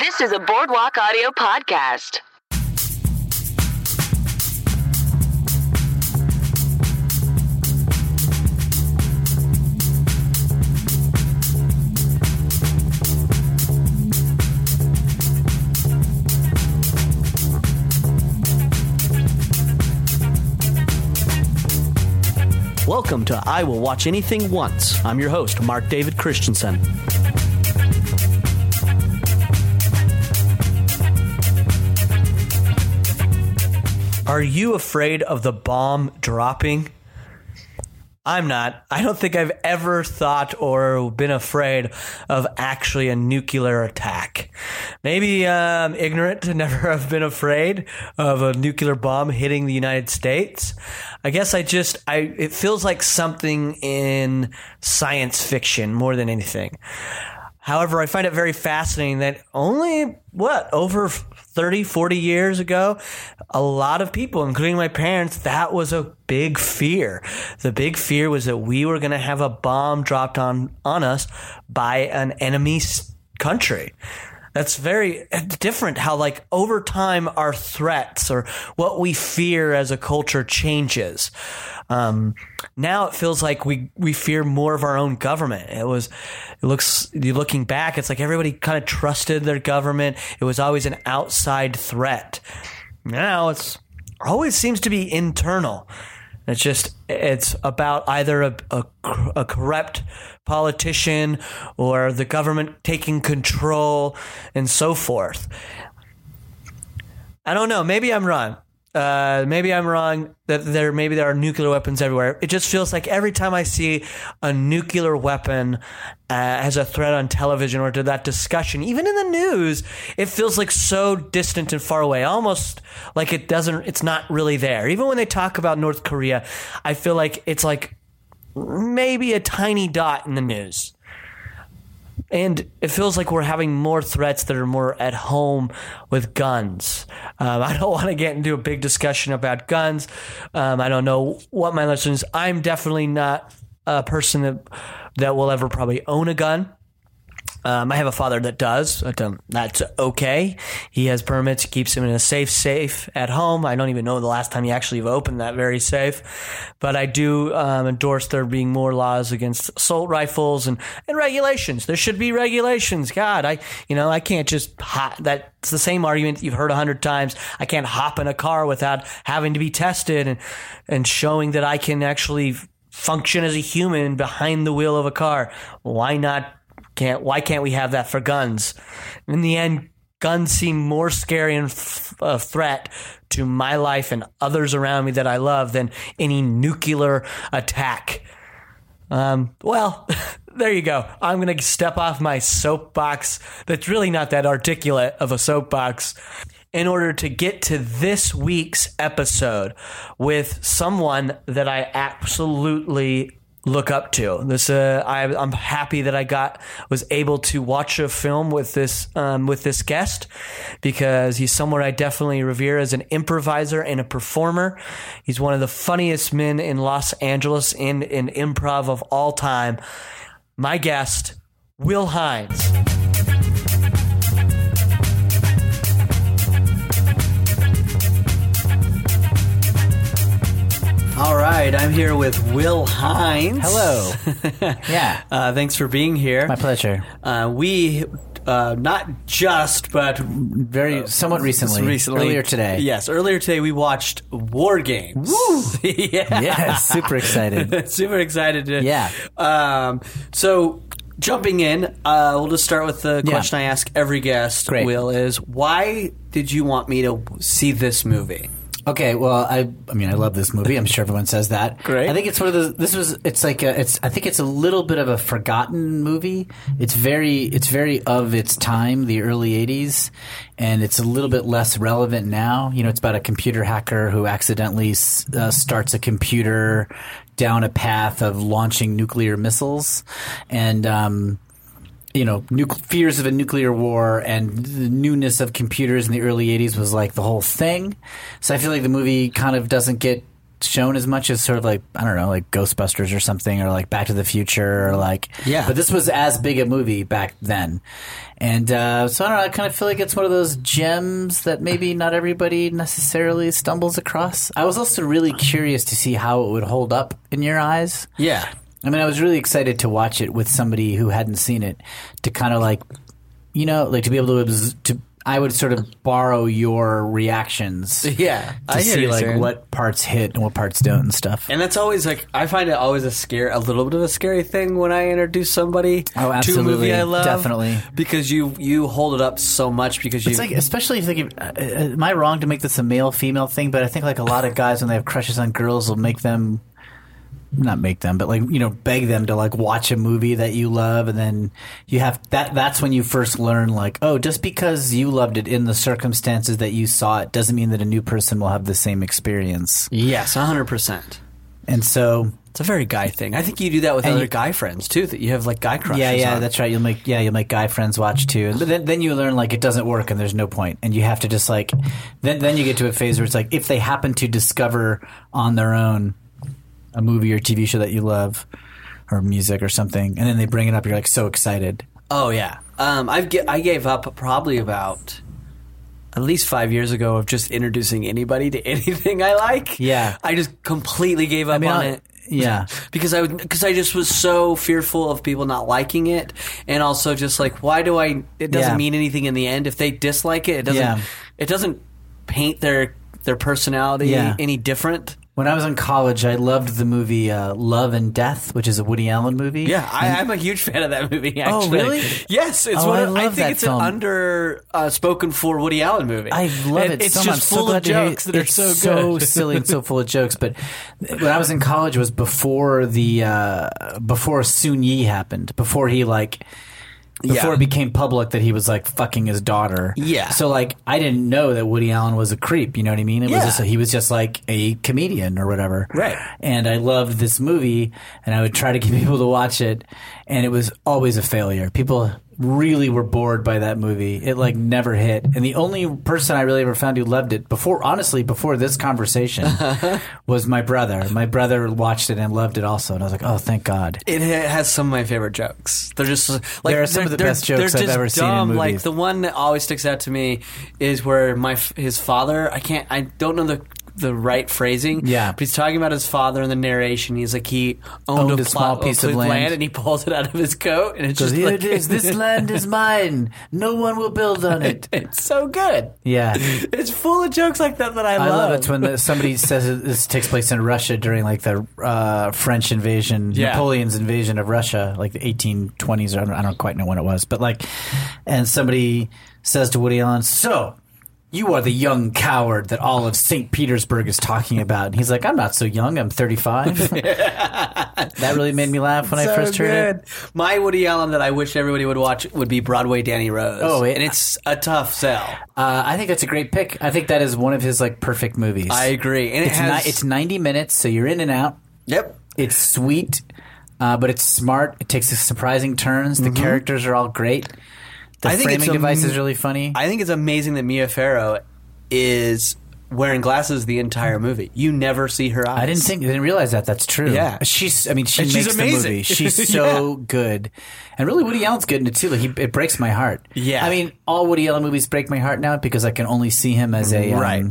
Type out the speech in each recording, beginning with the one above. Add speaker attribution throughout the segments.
Speaker 1: This is a Boardwalk Audio podcast.
Speaker 2: Welcome to I Will Watch Anything Once. I'm your host, Mark David Christensen. Are you afraid of the bomb dropping? I'm not. I don't think I've ever thought or been afraid of actually a nuclear attack. Maybe uh, I'm ignorant to never have been afraid of a nuclear bomb hitting the United States. I guess I just I it feels like something in science fiction more than anything. However, I find it very fascinating that only what over 30, 40 years ago, a lot of people, including my parents, that was a big fear. The big fear was that we were going to have a bomb dropped on, on us by an enemy s- country. That's very different how, like, over time, our threats or what we fear as a culture changes. Um, now it feels like we, we fear more of our own government. It was, it looks, you looking back, it's like everybody kind of trusted their government. It was always an outside threat. Now it's always seems to be internal. It's just it's about either a, a, a corrupt politician or the government taking control and so forth. I don't know. Maybe I'm wrong. Uh, maybe I'm wrong that there maybe there are nuclear weapons everywhere. It just feels like every time I see a nuclear weapon uh, as a threat on television or to that discussion, even in the news, it feels like so distant and far away. Almost like it doesn't. It's not really there. Even when they talk about North Korea, I feel like it's like maybe a tiny dot in the news. And it feels like we're having more threats that are more at home with guns. Um, I don't want to get into a big discussion about guns. Um, I don't know what my listeners. I'm definitely not a person that that will ever probably own a gun. Um, I have a father that does. but, um, That's okay. He has permits, keeps him in a safe safe at home. I don't even know the last time he actually opened that very safe. But I do um, endorse there being more laws against assault rifles and, and regulations. There should be regulations. God, I you know I can't just hop. That's the same argument you've heard a hundred times. I can't hop in a car without having to be tested and and showing that I can actually function as a human behind the wheel of a car. Why not can't why can't we have that for guns? In the end, guns seem more scary and f- a threat to my life and others around me that I love than any nuclear attack. Um, well, there you go. I'm gonna step off my soapbox. That's really not that articulate of a soapbox. In order to get to this week's episode with someone that I absolutely look up to. This uh, I, I'm happy that I got was able to watch a film with this um, with this guest because he's someone I definitely revere as an improviser and a performer. He's one of the funniest men in Los Angeles in in improv of all time. My guest, Will Hines. All right, I'm here with Will Hines.
Speaker 3: Hello. Yeah.
Speaker 2: Uh, thanks for being here.
Speaker 3: My pleasure.
Speaker 2: Uh, we, uh, not just, but
Speaker 3: Very somewhat recently.
Speaker 2: Uh, recently.
Speaker 3: Earlier today.
Speaker 2: Yes, earlier today we watched War Games. Woo! yeah.
Speaker 3: Yeah, super excited.
Speaker 2: Super excited. To,
Speaker 3: Yeah.
Speaker 2: Um, so, jumping in, uh, we'll just start with the
Speaker 3: Yeah.
Speaker 2: question I ask every guest,
Speaker 3: Great.
Speaker 2: Will, is why did you want me to see this movie?
Speaker 3: Okay, well, I I mean, I love this movie. I'm sure everyone says that.
Speaker 2: Great.
Speaker 3: I think it's one of those this was it's like a, it's I think it's a little bit of a forgotten movie. It's very it's very of its time, the early 80s, and it's a little bit less relevant now. You know, it's about a computer hacker who accidentally s- uh, starts a computer down a path of launching nuclear missiles and um you know, nuc- fears of a nuclear war and the newness of computers in the early 80s was like the whole thing. So I feel like the movie kind of doesn't get shown as much as sort of like I don't know, like Ghostbusters or something, or like Back to the Future, or like
Speaker 2: Yeah.
Speaker 3: But this was as big a movie back then, and uh, so I don't know. I kind of feel like it's one of those gems that maybe not everybody necessarily stumbles across. I was also really curious to see how it would hold up in your eyes.
Speaker 2: Yeah.
Speaker 3: I mean, I was really excited to watch it with somebody who hadn't seen it to kind of like, you know, like to be able to, abs- to I would sort of borrow your reactions
Speaker 2: Yeah.
Speaker 3: to see like what parts hit and what parts don't and stuff.
Speaker 2: And that's always like I find it always a scare, a little bit of a scary thing when I introduce somebody to
Speaker 3: Oh,
Speaker 2: a movie
Speaker 3: absolutely.
Speaker 2: I love,
Speaker 3: Definitely.
Speaker 2: because you you hold it up so much because you
Speaker 3: it's like, especially if they give, uh, uh, am I wrong to make this a male female thing? But I think like a lot of guys when they have crushes on girls will make them, not make them, but like you know beg them to like watch a movie that you love, and then you have that. That's when you first learn like, oh, just because you loved it in the circumstances that you saw it doesn't mean that a new person will have the same experience.
Speaker 2: yes, hundred percent.
Speaker 3: And so
Speaker 2: It's a very guy thing. I think you do that with other guy friends too. That you have like guy crushes.
Speaker 3: Yeah, yeah,
Speaker 2: on.
Speaker 3: that's right. You'll make yeah, you'll make guy friends watch too, and then then you learn like it doesn't work, and there's no point, and you have to just like then then you get to a phase where it's like if they happen to discover on their own a movie or TV show that you love or music or something, and then they bring it up, you're like so excited.
Speaker 2: Oh yeah. Um, I've g- I gave up probably about at least five years ago of just introducing anybody to anything I like.
Speaker 3: Yeah.
Speaker 2: I just completely gave up
Speaker 3: mean,
Speaker 2: on
Speaker 3: I-
Speaker 2: it.
Speaker 3: yeah.
Speaker 2: because I would because I just was so fearful of people not liking it, and also just like why do I? It doesn't
Speaker 3: Yeah.
Speaker 2: mean anything in the end if they dislike it. It doesn't.
Speaker 3: Yeah.
Speaker 2: It doesn't paint their their personality
Speaker 3: Yeah.
Speaker 2: any different.
Speaker 3: When I was in college, I loved the movie uh, Love and Death, which is a Woody Allen movie.
Speaker 2: Yeah, I, I'm a huge fan of that movie.
Speaker 3: Oh,
Speaker 2: Actually,
Speaker 3: really?
Speaker 2: Yes, it's
Speaker 3: Oh,
Speaker 2: one.
Speaker 3: I
Speaker 2: Of, I,
Speaker 3: love
Speaker 2: think
Speaker 3: that
Speaker 2: it's
Speaker 3: film.
Speaker 2: an under uh, spoken for Woody Allen movie.
Speaker 3: I love
Speaker 2: And
Speaker 3: it
Speaker 2: It's
Speaker 3: so
Speaker 2: just
Speaker 3: much. so
Speaker 2: full
Speaker 3: glad
Speaker 2: of
Speaker 3: to hear you-
Speaker 2: jokes that are
Speaker 3: it's
Speaker 2: so
Speaker 3: so
Speaker 2: good.
Speaker 3: silly and so full of jokes. But when I was in college, it was before the uh, before Soon Yi happened. Before he like before
Speaker 2: Yeah.
Speaker 3: it became public that he was like fucking his daughter.
Speaker 2: Yeah.
Speaker 3: So like I didn't know that Woody Allen was a creep. You know what I mean? It was
Speaker 2: Yeah.
Speaker 3: just he was just like a comedian or whatever.
Speaker 2: Right.
Speaker 3: And I loved this movie, and I would try to get people to watch it, and it was always a failure. People really were bored by that movie. It like never hit. And the only person I really ever found who loved it before, honestly, before this conversation, was my brother. My brother watched it and loved it also, and I was like, oh, thank God.
Speaker 2: It ha- has some of my favorite jokes. They're just like
Speaker 3: There are some
Speaker 2: they're-
Speaker 3: of the
Speaker 2: they're-
Speaker 3: best jokes
Speaker 2: they're
Speaker 3: I've
Speaker 2: just
Speaker 3: ever seen in
Speaker 2: dumb. Like
Speaker 3: movies.
Speaker 2: the one that always sticks out to me is where my f- his father. I can't. I don't know the the right phrasing.
Speaker 3: Yeah.
Speaker 2: but he's talking about his father in the narration. He's like he owned,
Speaker 3: Owned
Speaker 2: a,
Speaker 3: a small
Speaker 2: plot-
Speaker 3: piece of land.
Speaker 2: and he pulls it out of his coat, and it's
Speaker 3: Goes,
Speaker 2: just
Speaker 3: Here
Speaker 2: like
Speaker 3: it is. This land is mine. No one will build on it.
Speaker 2: It's so good.
Speaker 3: Yeah.
Speaker 2: It's full of jokes like that that I,
Speaker 3: I
Speaker 2: love.
Speaker 3: love it when the, somebody says it, this takes place in Russia during like the uh, French invasion,
Speaker 2: Yeah.
Speaker 3: Napoleon's invasion of Russia, like the 1820s. Or I, don't, I don't quite know when it was, but like, and somebody says to Woody Allen, "So." You are the young coward that all of St. Petersburg is talking about. And he's like, I'm not so young. I'm 35. that really made me laugh when I
Speaker 2: So
Speaker 3: first heard it.
Speaker 2: good. My Woody Allen that I wish everybody would watch would be Broadway Danny Rose.
Speaker 3: Oh, it-
Speaker 2: and it's a tough sell.
Speaker 3: Uh, I think that's a great pick. I think that is one of his like perfect movies.
Speaker 2: I agree, and
Speaker 3: It's,
Speaker 2: it has
Speaker 3: ni- it's 90 minutes, so you're in and out.
Speaker 2: yep.
Speaker 3: It's sweet, uh, but it's smart. It takes surprising turns. The characters are all great. The
Speaker 2: Mm-hmm. I think
Speaker 3: framing
Speaker 2: it's a
Speaker 3: device
Speaker 2: m-
Speaker 3: is really funny.
Speaker 2: I think it's amazing that Mia Farrow is wearing glasses the entire movie. You never see her eyes.
Speaker 3: I didn't think, I didn't realize that. That's true.
Speaker 2: Yeah.
Speaker 3: she's. I mean, she
Speaker 2: And she's
Speaker 3: makes the
Speaker 2: amazing.
Speaker 3: movie. She's so good, and really, Woody Allen's good in it too. Like, he, it breaks my heart.
Speaker 2: Yeah.
Speaker 3: I mean, all Woody Allen movies break my heart now because I can only see him as a um,
Speaker 2: Right.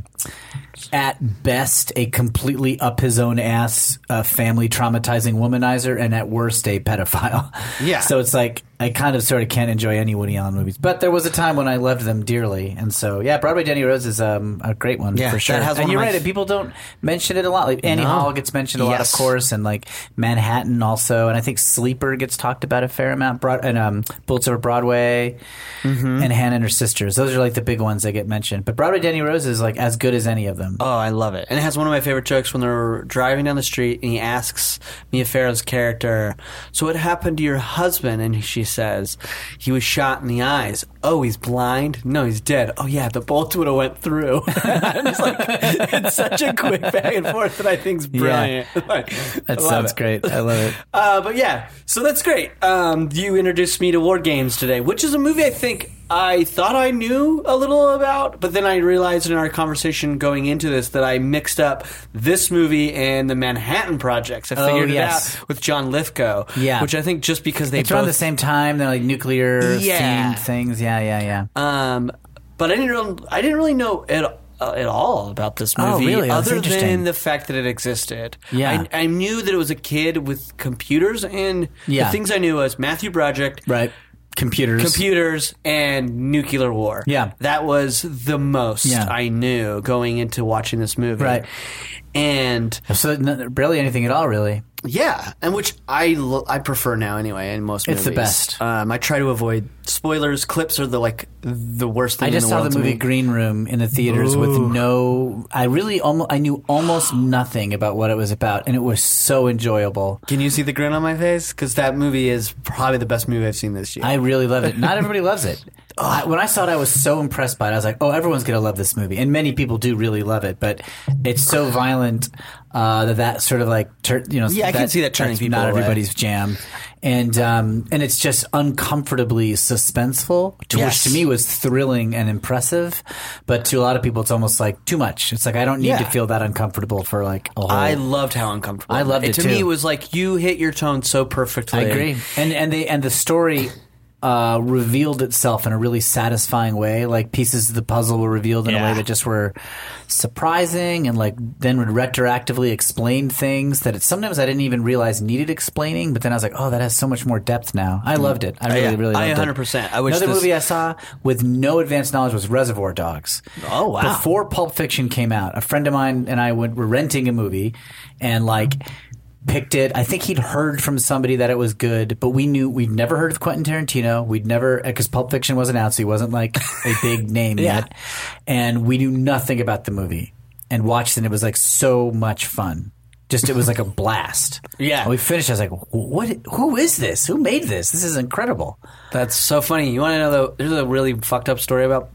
Speaker 3: At best, a completely up his own ass, uh, family traumatizing womanizer, and at worst, a pedophile.
Speaker 2: Yeah.
Speaker 3: So it's like I kind of sort of can't enjoy any Woody Allen movies. But there was a time when I loved them dearly, and so yeah, Broadway Danny Rose is um, a great one
Speaker 2: Yeah,
Speaker 3: for
Speaker 2: that
Speaker 3: sure.
Speaker 2: has
Speaker 3: and
Speaker 2: one of
Speaker 3: you're
Speaker 2: my
Speaker 3: right.
Speaker 2: f-
Speaker 3: it people don't mention it a lot. Like Annie
Speaker 2: No.
Speaker 3: Hall gets mentioned a lot, of
Speaker 2: Yes.
Speaker 3: course, and like Manhattan also, and I think Sleeper gets talked about a fair amount. Broad- and um, Bullets Over Broadway,
Speaker 2: Mm-hmm.
Speaker 3: and Hannah and Her Sisters. Those are like the big ones that get mentioned. But Broadway Danny Rose is like as good as any of them.
Speaker 2: Oh, I love it. And it has one of my favorite jokes when they're driving down the street and he asks Mia Farrow's character, So what happened to your husband? And she says, He was shot in the eyes. Oh, he's blind? No, he's dead. Oh, yeah, the bolt would have went through. I'm just like, it's such a quick back and forth that I think's brilliant. Like, I
Speaker 3: that
Speaker 2: love
Speaker 3: sounds
Speaker 2: it.
Speaker 3: great. I love it.
Speaker 2: Uh, but yeah, so that's great. Um, you introduced me to War Games today, which is a movie I think I thought I knew a little about, but then I realized in our conversation going into this that I mixed up this movie and the Manhattan Projects. I
Speaker 3: Oh,
Speaker 2: figured
Speaker 3: yes.
Speaker 2: it out with John Lithgow.
Speaker 3: Yeah.
Speaker 2: Which I think just because they
Speaker 3: It's
Speaker 2: both
Speaker 3: around the same time. They're like nuclear
Speaker 2: Yeah.
Speaker 3: themed things. Yeah, yeah, yeah.
Speaker 2: Um, but I didn't really, I didn't really know at uh, at all about this
Speaker 3: Oh,
Speaker 2: movie,
Speaker 3: really? That's
Speaker 2: other
Speaker 3: interesting.
Speaker 2: than the fact that it existed.
Speaker 3: Yeah.
Speaker 2: I, I knew that it was a kid with computers, and
Speaker 3: Yeah.
Speaker 2: the things I knew was Matthew Broderick,
Speaker 3: right. Computers.
Speaker 2: computers, and nuclear war.
Speaker 3: Yeah.
Speaker 2: that was the most
Speaker 3: Yeah.
Speaker 2: I knew going into watching this movie.
Speaker 3: Right.
Speaker 2: and
Speaker 3: so n- barely anything at all, really.
Speaker 2: yeah, and which I lo- I prefer now anyway. In most,
Speaker 3: It's the
Speaker 2: movies.
Speaker 3: best.
Speaker 2: Um, I try to avoid spoilers. Clips are the like the worst thing.
Speaker 3: I just
Speaker 2: in the
Speaker 3: saw
Speaker 2: world
Speaker 3: the
Speaker 2: to
Speaker 3: movie
Speaker 2: me.
Speaker 3: Green Room in the theaters with no. I really almost. I knew almost nothing about what it was about, and it was so enjoyable.
Speaker 2: Can you see the grin on my face? Because that movie is probably the best movie I've seen this year. Oh.
Speaker 3: I really love it. Not everybody loves it. I, when I saw it, I was so impressed by it. I was like, "Oh, everyone's gonna love this movie," and many people do really love it. But it's so violent uh, that that sort of like tur- you know
Speaker 2: Yeah, I can see that turning
Speaker 3: that's
Speaker 2: people
Speaker 3: not
Speaker 2: away.
Speaker 3: everybody's jam, and um, and it's just uncomfortably suspenseful, to
Speaker 2: Yes.
Speaker 3: which to me was thrilling and impressive, but to a lot of people it's almost like too much. It's like I don't need
Speaker 2: Yeah.
Speaker 3: to feel that uncomfortable for like a whole.
Speaker 2: I loved how uncomfortable.
Speaker 3: I loved it,
Speaker 2: To
Speaker 3: too.
Speaker 2: me, it was like you hit your tone so perfectly.
Speaker 3: I agree. And and they and the story uh, revealed itself in a really satisfying way. Like pieces of the puzzle were revealed in a
Speaker 4: Yeah.
Speaker 3: way that just were surprising, and like then would retroactively explain things that it, sometimes I didn't even realize needed explaining. But then I was like, oh, that has so much more depth now. I loved it. I really,
Speaker 2: yeah.
Speaker 3: really,
Speaker 2: I
Speaker 3: loved
Speaker 2: 100%.
Speaker 3: It.
Speaker 2: I wish
Speaker 3: another
Speaker 2: this-
Speaker 3: movie I saw with no advanced knowledge was Reservoir Dogs.
Speaker 2: Oh, wow.
Speaker 3: Before Pulp Fiction came out, a friend of mine and I went, were renting a movie, and like picked it. I think he'd heard from somebody that it was good, but we knew we'd never heard of Quentin Tarantino. We'd never because Pulp Fiction wasn't out, so he wasn't like a big name yet, and we knew nothing about the movie. And watched it, and it was like so much fun. Just it was like a blast.
Speaker 2: Yeah.
Speaker 3: And we finished. I was like, "What? Who is this? Who made this? This is incredible."
Speaker 2: That's so funny. You want to know though? There's a really fucked up story about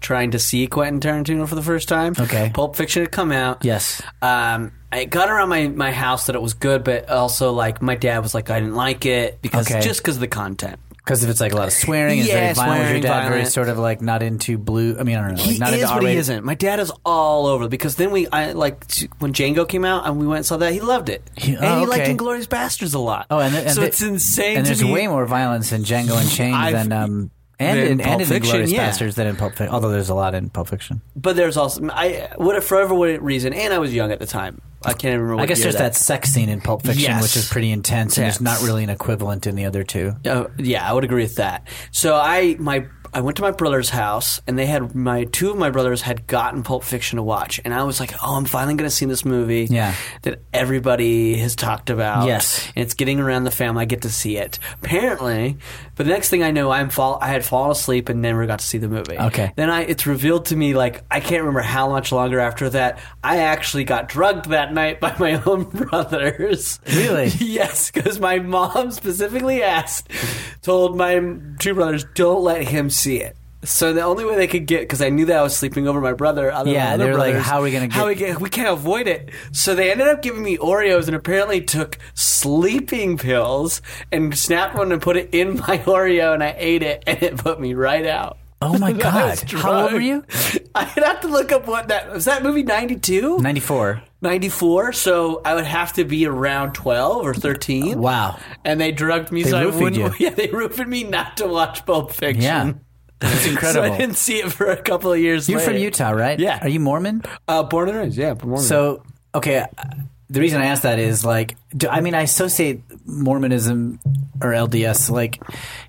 Speaker 2: trying to see Quentin Tarantino for the first time.
Speaker 3: Okay.
Speaker 2: Pulp Fiction had come out.
Speaker 3: Yes.
Speaker 2: Um, it got around my, my house that it was good, but also like my dad was like I didn't like it because
Speaker 3: Okay.
Speaker 2: just because of the content.
Speaker 3: Because if it's like a lot of swearing, it's very
Speaker 2: Yeah,
Speaker 3: violent. with your
Speaker 2: swearing,
Speaker 3: dad very
Speaker 2: violent.
Speaker 3: sort of like not into blue. I mean, I don't know. Like
Speaker 2: He
Speaker 3: not
Speaker 2: is
Speaker 3: into
Speaker 2: what he
Speaker 3: R-rated-
Speaker 2: isn't. My dad is all over because then we, I like t- when Django came out and we went and saw that. He loved it,
Speaker 3: He-
Speaker 2: and
Speaker 3: oh,
Speaker 2: he liked
Speaker 3: okay.
Speaker 2: Inglorious Bastards a lot.
Speaker 3: Oh, and, th- and
Speaker 2: so
Speaker 3: th-
Speaker 2: it's insane.
Speaker 3: And
Speaker 2: to
Speaker 3: there's
Speaker 2: me.
Speaker 3: way more violence in Django Unchained
Speaker 2: I've-
Speaker 3: than um and
Speaker 2: than
Speaker 3: in,
Speaker 2: Pulp
Speaker 3: and in
Speaker 2: Fiction,
Speaker 3: Glorious
Speaker 2: yeah.
Speaker 3: Bastards than in Pulp Fiction. Although there's a lot in Pulp Fiction.
Speaker 2: But there's also I what for whatever what reason, and I was young at the time. I can't even remember.
Speaker 3: I
Speaker 2: what
Speaker 3: guess
Speaker 2: year
Speaker 3: there's that. sex scene in Pulp Fiction,
Speaker 2: Yes.
Speaker 3: which is pretty intense, and there's
Speaker 2: Intense.
Speaker 3: not really an equivalent in the other two.
Speaker 2: Oh, yeah, I would agree with that. So I my I went to my brother's house and they had my two of my brothers had gotten Pulp Fiction to watch and I was like, "Oh, I'm finally going to see this movie
Speaker 3: Yeah.
Speaker 2: that everybody has talked about."
Speaker 3: Yes.
Speaker 2: And it's getting around the family. I get to see it. Apparently, but the next thing I know, I'm fall I had fallen asleep and never got to see the movie.
Speaker 3: Okay.
Speaker 2: Then I it's revealed to me like I can't remember how much longer after that I actually got drugged that night by my own brothers.
Speaker 3: Really?
Speaker 2: Yes, because my mom specifically asked, told my two brothers, don't let him see it. So the only way they could get, because I knew that I was sleeping over my brother. Other
Speaker 3: Yeah,
Speaker 2: other
Speaker 3: they were like,
Speaker 2: brothers,
Speaker 3: "How are we gonna
Speaker 2: How
Speaker 3: get-
Speaker 2: we get? We can't avoid it." So they ended up giving me Oreos and apparently took sleeping pills and snapped one and put it in my Oreo and I ate it and it put me right out.
Speaker 3: Oh my
Speaker 2: I was
Speaker 3: god! How old were
Speaker 2: drugged.
Speaker 3: you?
Speaker 2: I'd have to look up what that was. That movie ninety two.
Speaker 3: Ninety four.
Speaker 2: 94, so I would have to be around 12 or 13.
Speaker 3: Wow.
Speaker 2: And they drugged me,
Speaker 3: They
Speaker 2: so I
Speaker 3: roofied
Speaker 2: wouldn't.
Speaker 3: you.
Speaker 2: Yeah, they roofied me not to watch Pulp Fiction.
Speaker 3: Yeah. That's
Speaker 2: So
Speaker 3: incredible.
Speaker 2: I didn't see it for a couple of years.
Speaker 3: You're from
Speaker 2: later.
Speaker 3: Utah, right?
Speaker 2: Yeah.
Speaker 3: Are you Mormon?
Speaker 2: Uh, born and raised, yeah. Born and
Speaker 3: So, okay, uh, the reason I ask that is like, do, I mean, I associate Mormonism or LDS like,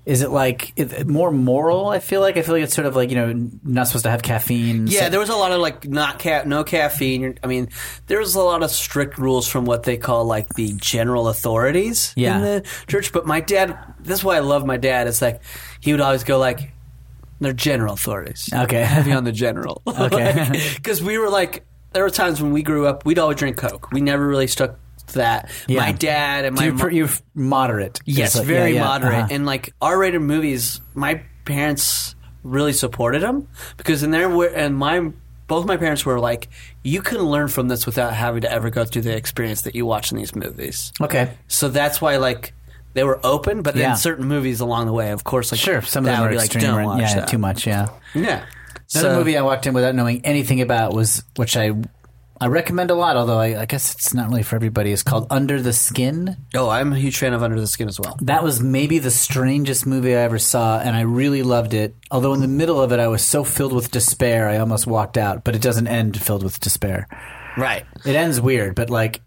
Speaker 3: is it like is it more moral? I feel like I feel like it's sort of like you know n- not supposed to have caffeine.
Speaker 2: Yeah,
Speaker 3: So-
Speaker 2: there was a lot of like not ca- no caffeine. I mean, there was a lot of strict rules from what they call like the general authorities
Speaker 3: Yeah.
Speaker 2: in the church. But my dad, that's why I love my dad. It's like he would always go like, "They're general authorities."
Speaker 3: Okay.
Speaker 2: heavy on the general.
Speaker 3: Okay.
Speaker 2: because we were like, there were times when we grew up, we'd always drink Coke. We never really stuck to that.
Speaker 3: Yeah.
Speaker 2: My dad and
Speaker 3: So
Speaker 2: my
Speaker 3: you're,
Speaker 2: mo-
Speaker 3: pr- you're moderate.
Speaker 2: Yes,
Speaker 3: It's like-
Speaker 2: very
Speaker 3: yeah, yeah,
Speaker 2: moderate.
Speaker 3: uh-huh.
Speaker 2: And like R-rated movies, my parents really supported them because in there were and my both my parents were like, you can learn from this without having to ever go through the experience that you watch in these movies.
Speaker 3: okay.
Speaker 2: So that's why like. They were open, but then
Speaker 3: Yeah.
Speaker 2: certain movies along the way, of course, like
Speaker 3: Sure, some of
Speaker 2: that
Speaker 3: them
Speaker 2: would
Speaker 3: are
Speaker 2: be like,
Speaker 3: extreme.
Speaker 2: don't
Speaker 3: right?
Speaker 2: watch
Speaker 3: yeah,
Speaker 2: that.
Speaker 3: too much. Yeah.
Speaker 2: Yeah.
Speaker 3: Another
Speaker 2: So-
Speaker 3: movie I walked in without knowing anything about was, which I I recommend a lot, although I, I guess it's not really for everybody. Is called Under the Skin.
Speaker 2: Oh, I'm a huge fan of Under the Skin as well.
Speaker 3: That was maybe the strangest movie I ever saw, and I really loved it. Although in the middle of it, I was so filled with despair, I almost walked out. But it doesn't end filled with despair.
Speaker 2: Right.
Speaker 3: It ends weird, but like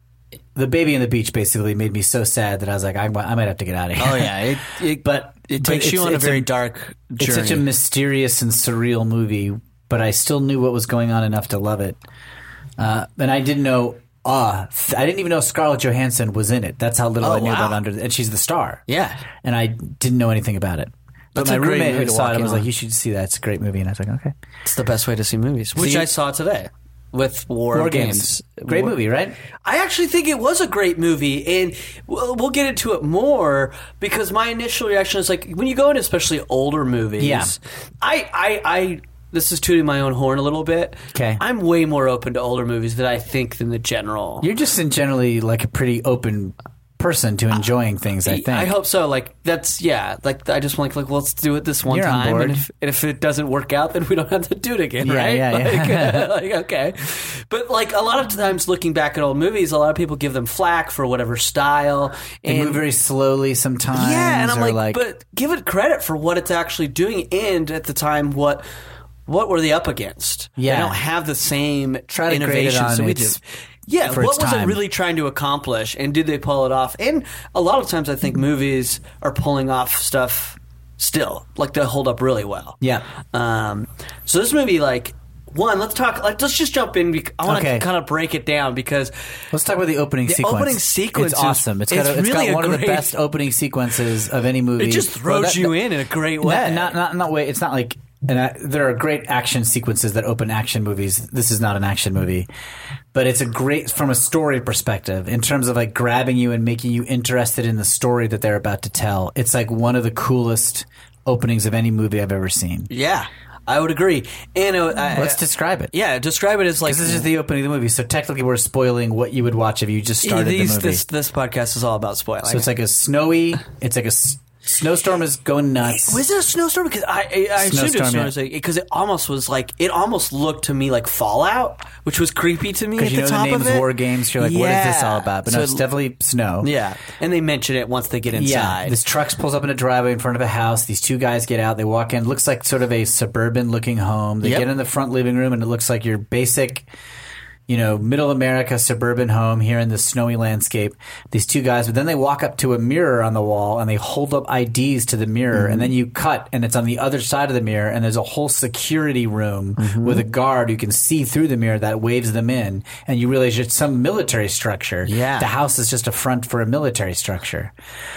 Speaker 3: the baby and the beach basically made me so sad that I was like, I, I might have to get out of here.
Speaker 2: Oh yeah. It, it
Speaker 3: But-
Speaker 2: it
Speaker 3: but
Speaker 2: takes you
Speaker 3: it's-
Speaker 2: on a
Speaker 3: it's
Speaker 2: very
Speaker 3: a-
Speaker 2: dark journey.
Speaker 3: It's such a mysterious and surreal movie, but I still knew what was going on enough to love it. Uh, and I didn't know. Uh, th- I didn't even know Scarlett Johansson was in it. That's how little I knew
Speaker 2: Oh, wow.
Speaker 3: about Under, and she's the star.
Speaker 2: Yeah.
Speaker 3: and I didn't know anything about it. But
Speaker 2: That's
Speaker 3: my
Speaker 2: a great
Speaker 3: roommate
Speaker 2: movie
Speaker 3: who
Speaker 2: to
Speaker 3: saw it
Speaker 2: walk
Speaker 3: and
Speaker 2: in
Speaker 3: was like,
Speaker 2: on.
Speaker 3: "You should see that. It's a great movie." And I was like, "Okay,
Speaker 2: It's the best way to see movies, which
Speaker 3: See-
Speaker 2: I saw today with War,
Speaker 3: War
Speaker 2: Games.
Speaker 3: Games, great movie, right?"
Speaker 2: I actually think it was a great movie, and we'll, we'll get into it more because my initial reaction is like when you go into especially older movies.
Speaker 3: Yeah.
Speaker 2: I, I, I. This is tooting my own horn a little bit.
Speaker 3: 'Kay.
Speaker 2: I'm way more open to older movies than I think than the general.
Speaker 3: You're just in generally like a pretty open person to enjoying things. I think.
Speaker 2: I hope so. Like that's yeah. Like I just want like, like let's do it this one
Speaker 3: You're on
Speaker 2: time,
Speaker 3: board.
Speaker 2: and if and if it doesn't work out, then we don't have to do it again,
Speaker 3: Yeah,
Speaker 2: right?
Speaker 3: yeah,
Speaker 2: like,
Speaker 3: yeah.
Speaker 2: like, okay, but like a lot of times looking back at old movies, a lot of people give them flack for whatever style
Speaker 3: they
Speaker 2: and
Speaker 3: move very slowly sometimes.
Speaker 2: yeah, and I'm like,
Speaker 3: or like
Speaker 2: but give it credit for what it's actually doing, and at the time what. What were they up against?
Speaker 3: Yeah.
Speaker 2: they don't have the same
Speaker 3: Try to grade it
Speaker 2: innovations that
Speaker 3: on
Speaker 2: we do.
Speaker 3: its-
Speaker 2: Yeah,
Speaker 3: for
Speaker 2: what
Speaker 3: its
Speaker 2: was it
Speaker 3: time.
Speaker 2: really trying to accomplish, and did they pull it off? And a lot of times, I think movies are pulling off stuff still, like they hold up really well.
Speaker 3: Yeah.
Speaker 2: Um. So this movie, like one, let's talk. Like, let's just jump in. bec- I want to
Speaker 3: Okay.
Speaker 2: kind of break it down because
Speaker 3: Let's talk about the opening
Speaker 2: The
Speaker 3: sequence.
Speaker 2: opening sequence
Speaker 3: it's
Speaker 2: is-
Speaker 3: awesome. It's got,
Speaker 2: it's
Speaker 3: a, it's got
Speaker 2: really a
Speaker 3: one of the
Speaker 2: great-
Speaker 3: best opening sequences of any movie.
Speaker 2: it just throws
Speaker 3: Well, that-
Speaker 2: you
Speaker 3: that-
Speaker 2: in in a great way.
Speaker 3: Not, not, not, not way. It's not like, and I, there are great action sequences that open action movies. This is not an action movie, but it's a great from a story perspective in terms of like grabbing you and making you interested in the story that they're about to tell. It's like one of the coolest openings of any movie I've ever seen.
Speaker 2: Yeah, I would agree. And uh, I,
Speaker 3: Let's describe it.
Speaker 2: yeah, describe it as like
Speaker 3: This is just the opening of the movie, so technically we're spoiling what you would watch if you just started
Speaker 2: these,
Speaker 3: the movie.
Speaker 2: This this podcast is all about spoiling.
Speaker 3: So it's like a snowy. It's like a s- snowstorm is going nuts.
Speaker 2: was it a snowstorm? Because I I, I assumed it
Speaker 3: Snowstorm,
Speaker 2: was
Speaker 3: yeah.
Speaker 2: snowstorm because it almost was like it almost looked to me like Fallout, which was creepy to me. At
Speaker 3: Because you
Speaker 2: the
Speaker 3: know the
Speaker 2: top
Speaker 3: name's
Speaker 2: of it.
Speaker 3: War Games. You're like, what is this
Speaker 2: Yeah.
Speaker 3: all about? But
Speaker 2: So
Speaker 3: no, it's
Speaker 2: it-
Speaker 3: definitely snow.
Speaker 2: Yeah, and they mention it once they get
Speaker 3: Yeah,
Speaker 2: inside.
Speaker 3: this truck pulls up in a driveway in front of a house. These two guys get out. They walk in. Looks like sort of a suburban-looking home. They
Speaker 2: Yep.
Speaker 3: get in the front living room, and it looks like your basic, you know, middle America suburban home here in this snowy landscape. These two guys, but then they walk up to a mirror on the wall and they hold up IDs to the mirror,
Speaker 2: Mm-hmm.
Speaker 3: and then you cut, and it's on the other side of the mirror, and there's a whole security room
Speaker 2: Mm-hmm.
Speaker 3: with a guard who can see through the mirror that waves them in, and you realize it's some military structure.
Speaker 2: Yeah.
Speaker 3: the house is just a front for a military structure.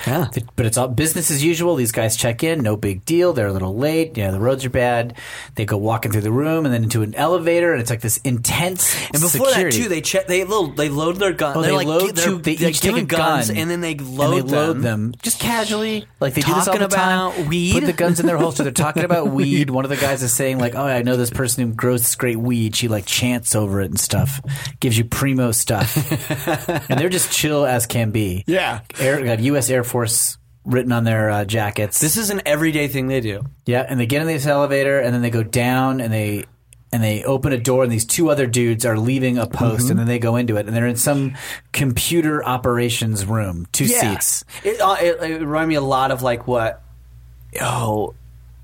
Speaker 2: yeah.
Speaker 3: Th- But it's all business as usual. These guys check in, no big deal. They're a little late. You know, the roads are bad. They go walking through the room and then into an elevator, and it's like this intense
Speaker 2: And before
Speaker 3: security.
Speaker 2: that too, they check. They little. They load their guns.
Speaker 3: Oh,
Speaker 2: they're
Speaker 3: they
Speaker 2: like,
Speaker 3: load
Speaker 2: they're,
Speaker 3: two- they
Speaker 2: they're
Speaker 3: each take a
Speaker 2: given guns,
Speaker 3: gun,
Speaker 2: and then they
Speaker 3: and
Speaker 2: load
Speaker 3: they load
Speaker 2: them.
Speaker 3: them just casually, like they do this all
Speaker 2: Talking
Speaker 3: the time.
Speaker 2: about weed.
Speaker 3: Put the guns in their holster. They're talking about weed. One of the guys is saying like, "Oh, I know this person who grows this great weed. She like chants over it and stuff. Gives you primo stuff." and they're just chill as can be.
Speaker 2: Yeah.
Speaker 3: Air, got U.S. Air Force written on their uh, jackets.
Speaker 2: This is an everyday thing they do.
Speaker 3: Yeah, and they get in this elevator, and then they go down, and they and they open a door, and these two other dudes are leaving a post, and then they go into it, and they're in some computer operations room, two seats.
Speaker 2: It, uh, it, it reminded me a lot of like what. Oh,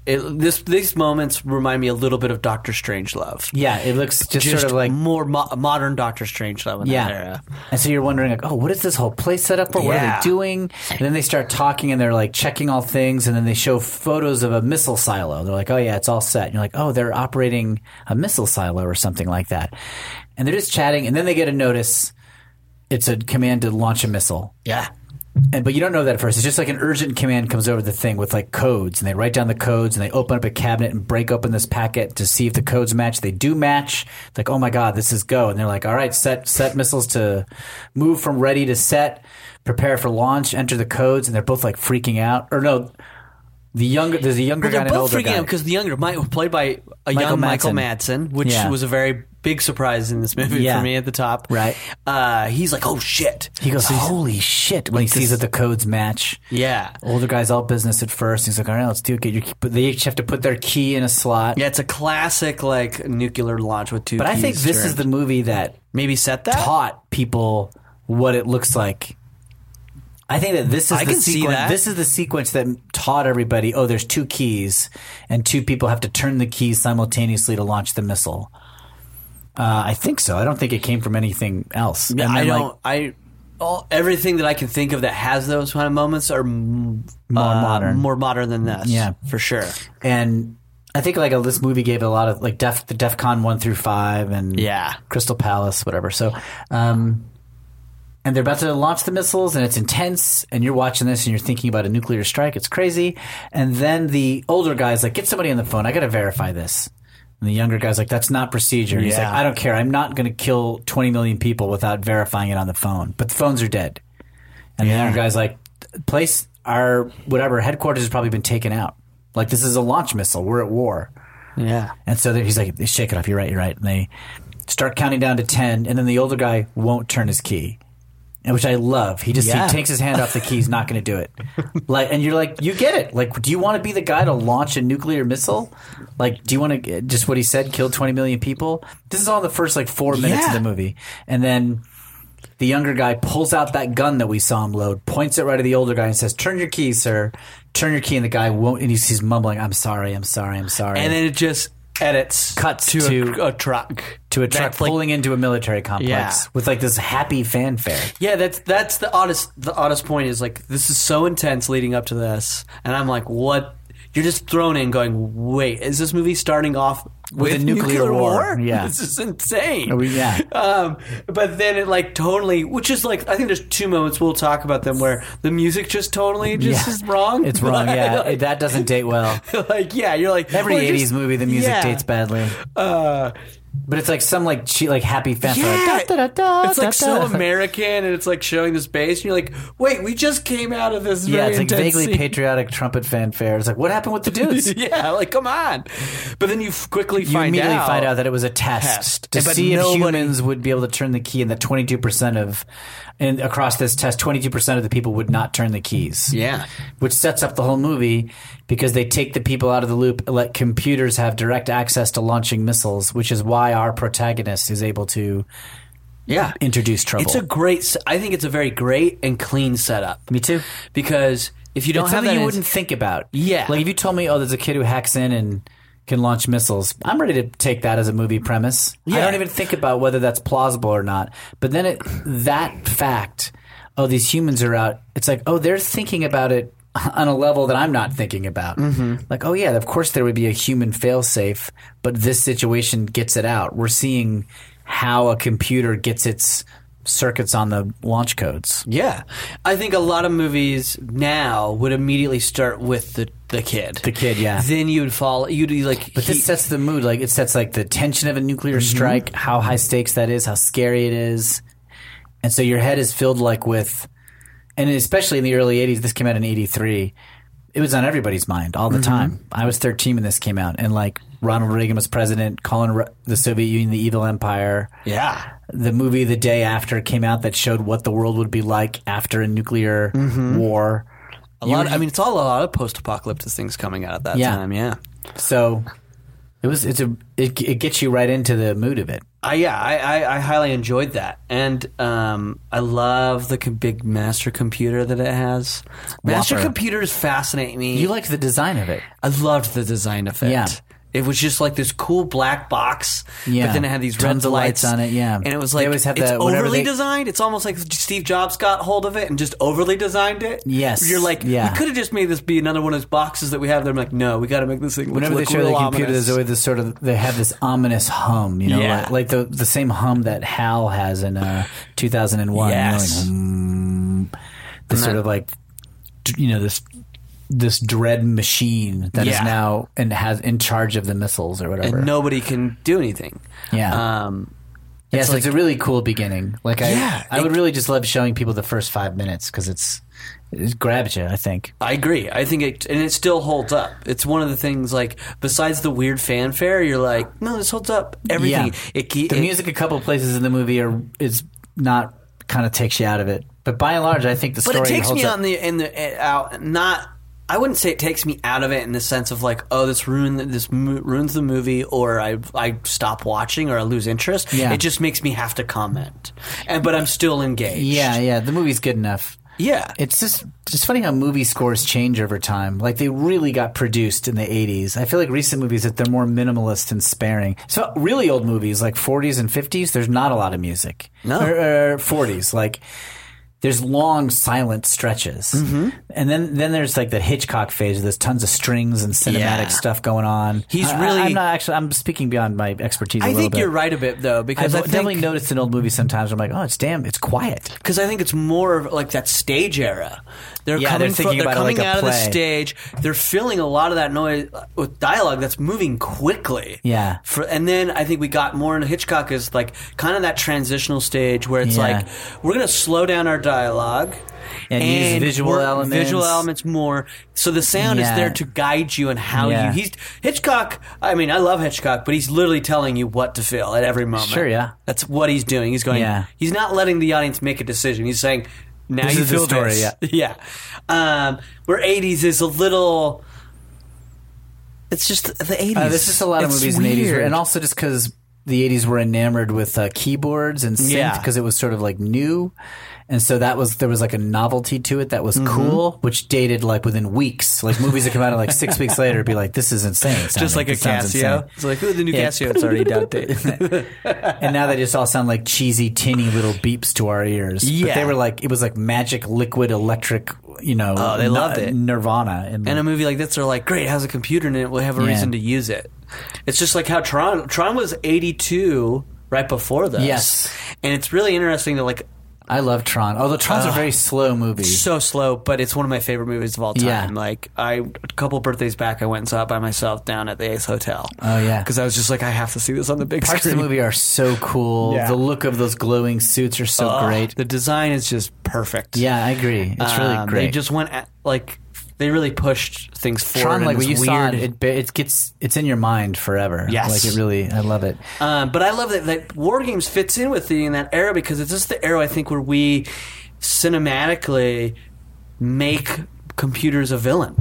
Speaker 2: it, this these moments remind me a little bit of Doctor Strangelove.
Speaker 3: Yeah, it looks just, sort of like
Speaker 2: more mo- modern Doctor Strangelove in
Speaker 3: yeah.
Speaker 2: that era.
Speaker 3: And so you're wondering like, oh, what is this whole place set up for? What are
Speaker 2: Yeah.
Speaker 3: they doing? And then they start talking, and they're like checking all things, and then they show photos of a missile silo. They're like, oh yeah, it's all set. And you're like, oh, they're operating a missile silo or something like that. And they're just chatting, and then they get a notice. It's a command to launch a missile.
Speaker 2: Yeah.
Speaker 3: and but you don't know that at first. It's just like an urgent command comes over the thing with like codes, and they write down the codes, and they open up a cabinet and break open this packet to see if the codes match. They do match. It's like, oh my god, this is go, and they're like, all right, set set missiles to move from ready to set, prepare for launch, enter the codes, and they're both like freaking out. Or no, the younger there's a younger
Speaker 2: But
Speaker 3: guy
Speaker 2: they're
Speaker 3: and an
Speaker 2: both
Speaker 3: older
Speaker 2: freaking
Speaker 3: guy.
Speaker 2: out because the younger, Mike, played by a
Speaker 3: Michael
Speaker 2: young Michael
Speaker 3: Madsen.
Speaker 2: Madsen, which
Speaker 3: Yeah.
Speaker 2: was a very big surprise in this movie
Speaker 3: Yeah.
Speaker 2: for me at the top.
Speaker 3: Right.
Speaker 2: Uh, he's like, oh shit.
Speaker 3: He goes, holy shit! When he sees that the codes match.
Speaker 2: Yeah.
Speaker 3: Older guys all business at first. He's like, all right, let's do it. Get your. Key. But they each have to put their key in a slot.
Speaker 2: Yeah, it's a classic like nuclear launch with two.
Speaker 3: But I think
Speaker 2: keys
Speaker 3: this
Speaker 2: turn.
Speaker 3: is the movie that
Speaker 2: maybe set that.
Speaker 3: taught people what it looks like. I think that this is
Speaker 2: I
Speaker 3: the
Speaker 2: can see
Speaker 3: sequence.
Speaker 2: that.
Speaker 3: This is the sequence that taught everybody. Oh, there's two keys, and two people have to turn the keys simultaneously to launch the missile. Uh, I think so. I don't think it came from anything else. And
Speaker 2: I
Speaker 3: then, like,
Speaker 2: don't. I all everything that I can think of that has those kind of moments are more
Speaker 3: modern.
Speaker 2: more modern than this.
Speaker 3: Yeah.
Speaker 2: for sure.
Speaker 3: and I think like uh, this movie gave it a lot of like Def the DEF CON one through five and
Speaker 2: Yeah.
Speaker 3: Crystal Palace whatever. So, um, and they're about to launch the missiles and it's intense and you're watching this and you're thinking about a nuclear strike. It's crazy. And then the older guy's like, "Get somebody on the phone. I got to verify this." And the younger guy's like, "That's not procedure." And He's like,
Speaker 4: Yeah.
Speaker 3: "I don't care. I'm not going to kill 20 million people without verifying it on the phone." But the phones are dead. And the other guy's like, place our whatever headquarters has probably been taken out. Like this is a launch missile. We're at war.
Speaker 2: Yeah,
Speaker 3: And so they- he's like, shake it off. You're right. You're right. And they start counting down to ten, and then the older guy won't turn his key, and which I love. He just
Speaker 2: Yeah.
Speaker 3: he takes his hand off the key. He's not going to do it. Like, and you're like, you get it. Like, do you want to be the guy to launch a nuclear missile? Like, do you want to just what he said? Kill 20 million people. This is all in the first like four minutes
Speaker 2: Yeah.
Speaker 3: of the movie, and then. The younger guy pulls out that gun that we saw him load, points it right at the older guy, and says, "Turn your key, sir. Turn your key." And the guy won't, and he's, he's mumbling, "I'm sorry, I'm sorry, I'm sorry."
Speaker 2: and then it just edits
Speaker 3: Cuts
Speaker 2: to,
Speaker 3: to-
Speaker 2: a, a truck
Speaker 3: to a truck
Speaker 2: That's like-
Speaker 3: pulling into a military complex
Speaker 2: Yeah.
Speaker 3: with like this happy fanfare.
Speaker 2: Yeah, that's that's the oddest the oddest point is like this is so intense leading up to this, and I'm like, what? You're just thrown in, going, wait, is this movie starting off with,
Speaker 3: a nuclear war? Yeah. Oh,
Speaker 2: this is insane.
Speaker 3: we- yeah.
Speaker 2: Um, but then it like totally, which is like, I think there's two moments we'll talk about them where the music just totally just
Speaker 3: Yeah.
Speaker 2: is wrong.
Speaker 3: It's wrong, yeah.
Speaker 2: like,
Speaker 3: that doesn't date well.
Speaker 2: like, yeah, you're like
Speaker 3: Every
Speaker 2: well,
Speaker 3: 80s
Speaker 2: just-
Speaker 3: movie, the music
Speaker 2: yeah.
Speaker 3: dates badly.
Speaker 2: Uh,
Speaker 3: But it's like some like che- like happy fanfare.
Speaker 2: yeah,
Speaker 3: like, da, da, da,
Speaker 2: it's like
Speaker 3: da,
Speaker 2: so
Speaker 3: da.
Speaker 2: American, and it's like showing this bass, and you're like, wait, we just came out of this.
Speaker 3: Yeah,
Speaker 2: very
Speaker 3: it's like
Speaker 2: intense
Speaker 3: vaguely
Speaker 2: scene.
Speaker 3: patriotic trumpet fanfare. It's like, what happened with the dudes?
Speaker 2: yeah, like come on. But then you f- quickly
Speaker 3: You
Speaker 2: find
Speaker 3: immediately
Speaker 2: out.
Speaker 3: find out that it was a test,
Speaker 2: Test.
Speaker 3: to
Speaker 2: But
Speaker 3: see if
Speaker 2: nobody-
Speaker 3: humans would be able to turn the key, and that twenty two percent of, and across this test, twenty two percent of the people would not turn the keys.
Speaker 2: Yeah.
Speaker 3: which sets up the whole movie because they take the people out of the loop, let computers have direct access to launching missiles, which is why our protagonist is able to
Speaker 2: yeah,
Speaker 3: introduce trouble.
Speaker 2: it's a great. s- I think it's a very great and clean setup.
Speaker 3: Me too.
Speaker 2: Because if you don't
Speaker 3: It's
Speaker 2: have
Speaker 3: something
Speaker 2: that,
Speaker 3: you
Speaker 2: in-
Speaker 3: wouldn't think about.
Speaker 2: Yeah.
Speaker 3: like if you told me, oh, there's a kid who hacks in and can launch missiles, I'm ready to take that as a movie premise. I
Speaker 2: Yeah.
Speaker 3: don't even think about whether that's plausible or not. But then it that fact, oh, these humans are out. It's like, oh, they're thinking about it on a level that I'm not thinking about.
Speaker 2: Mm-hmm.
Speaker 3: Like, oh yeah, of course there would be a human failsafe, but this situation gets it out. We're seeing how a computer gets its circuits on the launch codes.
Speaker 2: yeah, I think a lot of movies now would immediately start with the the kid.
Speaker 3: The kid, yeah.
Speaker 2: Then you'd follow. You'd be like,
Speaker 3: But
Speaker 2: he- Mm-hmm.
Speaker 3: this sets the mood. Like it sets like the tension of a nuclear strike, how high stakes that is, how scary it is, and so your head is filled like with, and especially in the early '80s. This came out in '83. It was on everybody's mind all the
Speaker 2: Mm-hmm.
Speaker 3: time. I was 13 when this came out, and like Ronald Reagan was president, calling Ru- the Soviet Union the evil empire.
Speaker 2: yeah,
Speaker 3: The movie the day after came out that showed what the world would be like after a nuclear war.
Speaker 2: Mm-hmm. a lot. I mean, it's all a lot of post-apocalyptic things coming out at that
Speaker 3: Yeah.
Speaker 2: time. Yeah.
Speaker 3: So it was. It's a. It, it gets you right into the mood of it.
Speaker 2: I yeah, I, I, I highly enjoyed that, and um, I love the co- big master computer that it has. Master
Speaker 3: Whopper.
Speaker 2: computers fascinate me.
Speaker 3: You liked the design of it.
Speaker 2: I loved the design of it.
Speaker 3: Yeah.
Speaker 2: It was just like this cool black box,
Speaker 3: Yeah.
Speaker 2: but then it had these
Speaker 3: Tons
Speaker 2: red
Speaker 3: of lights on it, yeah.
Speaker 2: and it was
Speaker 3: They
Speaker 2: like
Speaker 3: always have
Speaker 2: it's
Speaker 3: that- whatever
Speaker 2: overly
Speaker 3: they-
Speaker 2: designed. It's almost like Steve Jobs got hold of it and just overly designed it.
Speaker 3: Yes.
Speaker 2: you're like,
Speaker 3: Yeah.
Speaker 2: we could have just made this be another one of those boxes that we have. They're like, no, we got to make this thing.
Speaker 3: Whenever they
Speaker 2: look
Speaker 3: show
Speaker 2: real
Speaker 3: the computer,
Speaker 2: ominous.
Speaker 3: there's always this sort of they have this ominous hum, you know,
Speaker 2: Yeah.
Speaker 3: like, like the the same hum that Hal has in uh, 2001. you know, like,
Speaker 2: Yes.
Speaker 3: hmm. this sort of like d- you know this this dread machine that is
Speaker 2: Yeah.
Speaker 3: now and has in charge of the missiles or whatever.
Speaker 2: and nobody can do anything.
Speaker 3: Yeah.
Speaker 2: Um,
Speaker 3: yeah, so it's a really cool beginning. Like I,
Speaker 2: Yeah,
Speaker 3: I would really just love showing people the first five minutes because it's It grabs you, I think.
Speaker 2: I agree. I think it, and it still holds up. It's one of the things, like, besides the weird fanfare, you're like, no, this holds up. Everything.
Speaker 3: Yeah.
Speaker 2: It, ke-
Speaker 3: the
Speaker 2: it-
Speaker 3: music a couple places in the movie are is not kind of takes you out of it. But by and large, I think the
Speaker 2: but
Speaker 3: story
Speaker 2: it takes
Speaker 3: holds
Speaker 2: me
Speaker 3: up.
Speaker 2: on the in the eh, out not I wouldn't say it takes me out of it in the sense of like oh this ruin this mo- ruins the movie or I I stop watching or I lose interest.
Speaker 3: Yeah.
Speaker 2: It just makes me have to comment. And but I'm still engaged.
Speaker 3: yeah, yeah. The movie's good enough.
Speaker 2: Yeah.
Speaker 3: It's just it's funny how movie scores change over time. Like they really got produced in the 80s. I feel like recent movies that they're more minimalist and sparing. So really old movies like 40s and 50s, there's not a lot of music.
Speaker 2: No.
Speaker 3: Or, or 40s like there's long silent stretches.
Speaker 2: Mm-hmm.
Speaker 3: And then then there's like the Hitchcock phase. There's tons of strings and cinematic
Speaker 2: Yeah.
Speaker 3: stuff going on.
Speaker 2: He's
Speaker 3: I- I-
Speaker 2: really-
Speaker 3: I'm not actually I'm speaking beyond my expertise I
Speaker 2: I think you're right a bit though
Speaker 3: I've
Speaker 2: because I think,
Speaker 3: definitely noticed in old movies sometimes I'm like, oh, it's damn, it's quiet.
Speaker 2: because I think it's more of like that stage era. They're
Speaker 3: Yeah,
Speaker 2: coming,
Speaker 3: they're thinking
Speaker 2: fro-
Speaker 3: about it
Speaker 2: coming
Speaker 3: like a
Speaker 2: out of the
Speaker 3: play.
Speaker 2: stage. They're filling a lot of that noise uh, with dialogue that's moving quickly.
Speaker 3: Yeah.
Speaker 2: For, and then I think we got more into Hitchcock is like kind of that transitional stage where it's
Speaker 3: Yeah.
Speaker 2: like we're going to slow down our dialogue.
Speaker 3: And use visual
Speaker 2: we're-
Speaker 3: elements.
Speaker 2: visual elements more. So the sound
Speaker 3: Yeah.
Speaker 2: is there to guide you and how
Speaker 3: Yeah.
Speaker 2: you. He's Hitchcock. I mean, I love Hitchcock, but he's literally telling you what to feel at every moment.
Speaker 3: Sure, yeah.
Speaker 2: that's what he's doing. He's going.
Speaker 3: Yeah.
Speaker 2: He's not letting the audience make a decision. He's saying, "Now
Speaker 3: This
Speaker 2: you
Speaker 3: is the
Speaker 2: feel
Speaker 3: story,
Speaker 2: this." Yeah, Um, where '80s is a little. It's just the '80s.
Speaker 3: Uh, there's just a lot of
Speaker 2: It's
Speaker 3: movies in the 80s, were-
Speaker 2: weird.
Speaker 3: and also just because the 80s were enamored with uh, keyboards and synth
Speaker 2: Yeah.
Speaker 3: because it was sort of like new, and so that was there was like a novelty to it that was
Speaker 2: Mm-hmm.
Speaker 3: cool, which dated like within weeks. Like movies that come out like six weeks later, would be like, "This is insane."
Speaker 2: just
Speaker 3: sounding.
Speaker 2: like a
Speaker 3: This sounds insane.
Speaker 2: Casio. It's like oh, the new
Speaker 3: Yeah.
Speaker 2: Casio. It's already outdated.
Speaker 3: And now they just all sound like cheesy, tinny little beeps to our ears. But
Speaker 2: Yeah.
Speaker 3: they were like, it was like magic, liquid, electric, you know,
Speaker 2: Oh, they
Speaker 3: nu-
Speaker 2: loved it.
Speaker 3: Nirvana. In the-
Speaker 2: and a movie like this, they're like, great, it has a computer in it. We'll have a
Speaker 3: Yeah.
Speaker 2: reason to use it. It's just like how Tron. Tron was '82, right before this.
Speaker 3: Yes.
Speaker 2: and it's really interesting to like
Speaker 3: I love Tron. Although Tron's a very slow movie.
Speaker 2: so slow, but it's one of my favorite movies of all time.
Speaker 3: Yeah.
Speaker 2: Like I, a couple birthdays back, I went and saw it by myself down at the Ace Hotel.
Speaker 3: Oh, yeah.
Speaker 2: because I was just like, I have to see this on the big
Speaker 3: Parts of
Speaker 2: screen.
Speaker 3: the movie are so cool.
Speaker 2: Yeah.
Speaker 3: The look of those glowing suits are so
Speaker 2: Ugh,
Speaker 3: great.
Speaker 2: The design is just perfect.
Speaker 3: Yeah, I agree. It's really
Speaker 2: Um,
Speaker 3: great.
Speaker 2: They just went at, like they really pushed things forward.
Speaker 3: Tron,
Speaker 2: in
Speaker 3: like
Speaker 2: this
Speaker 3: what you
Speaker 2: weird,
Speaker 3: saw, it, it, it gets it's in your mind forever.
Speaker 2: Yes.
Speaker 3: like it really. I love it.
Speaker 2: Um, but I love that, that War Games fits in with the in that era because it's just the era I think where we cinematically make computers a villain.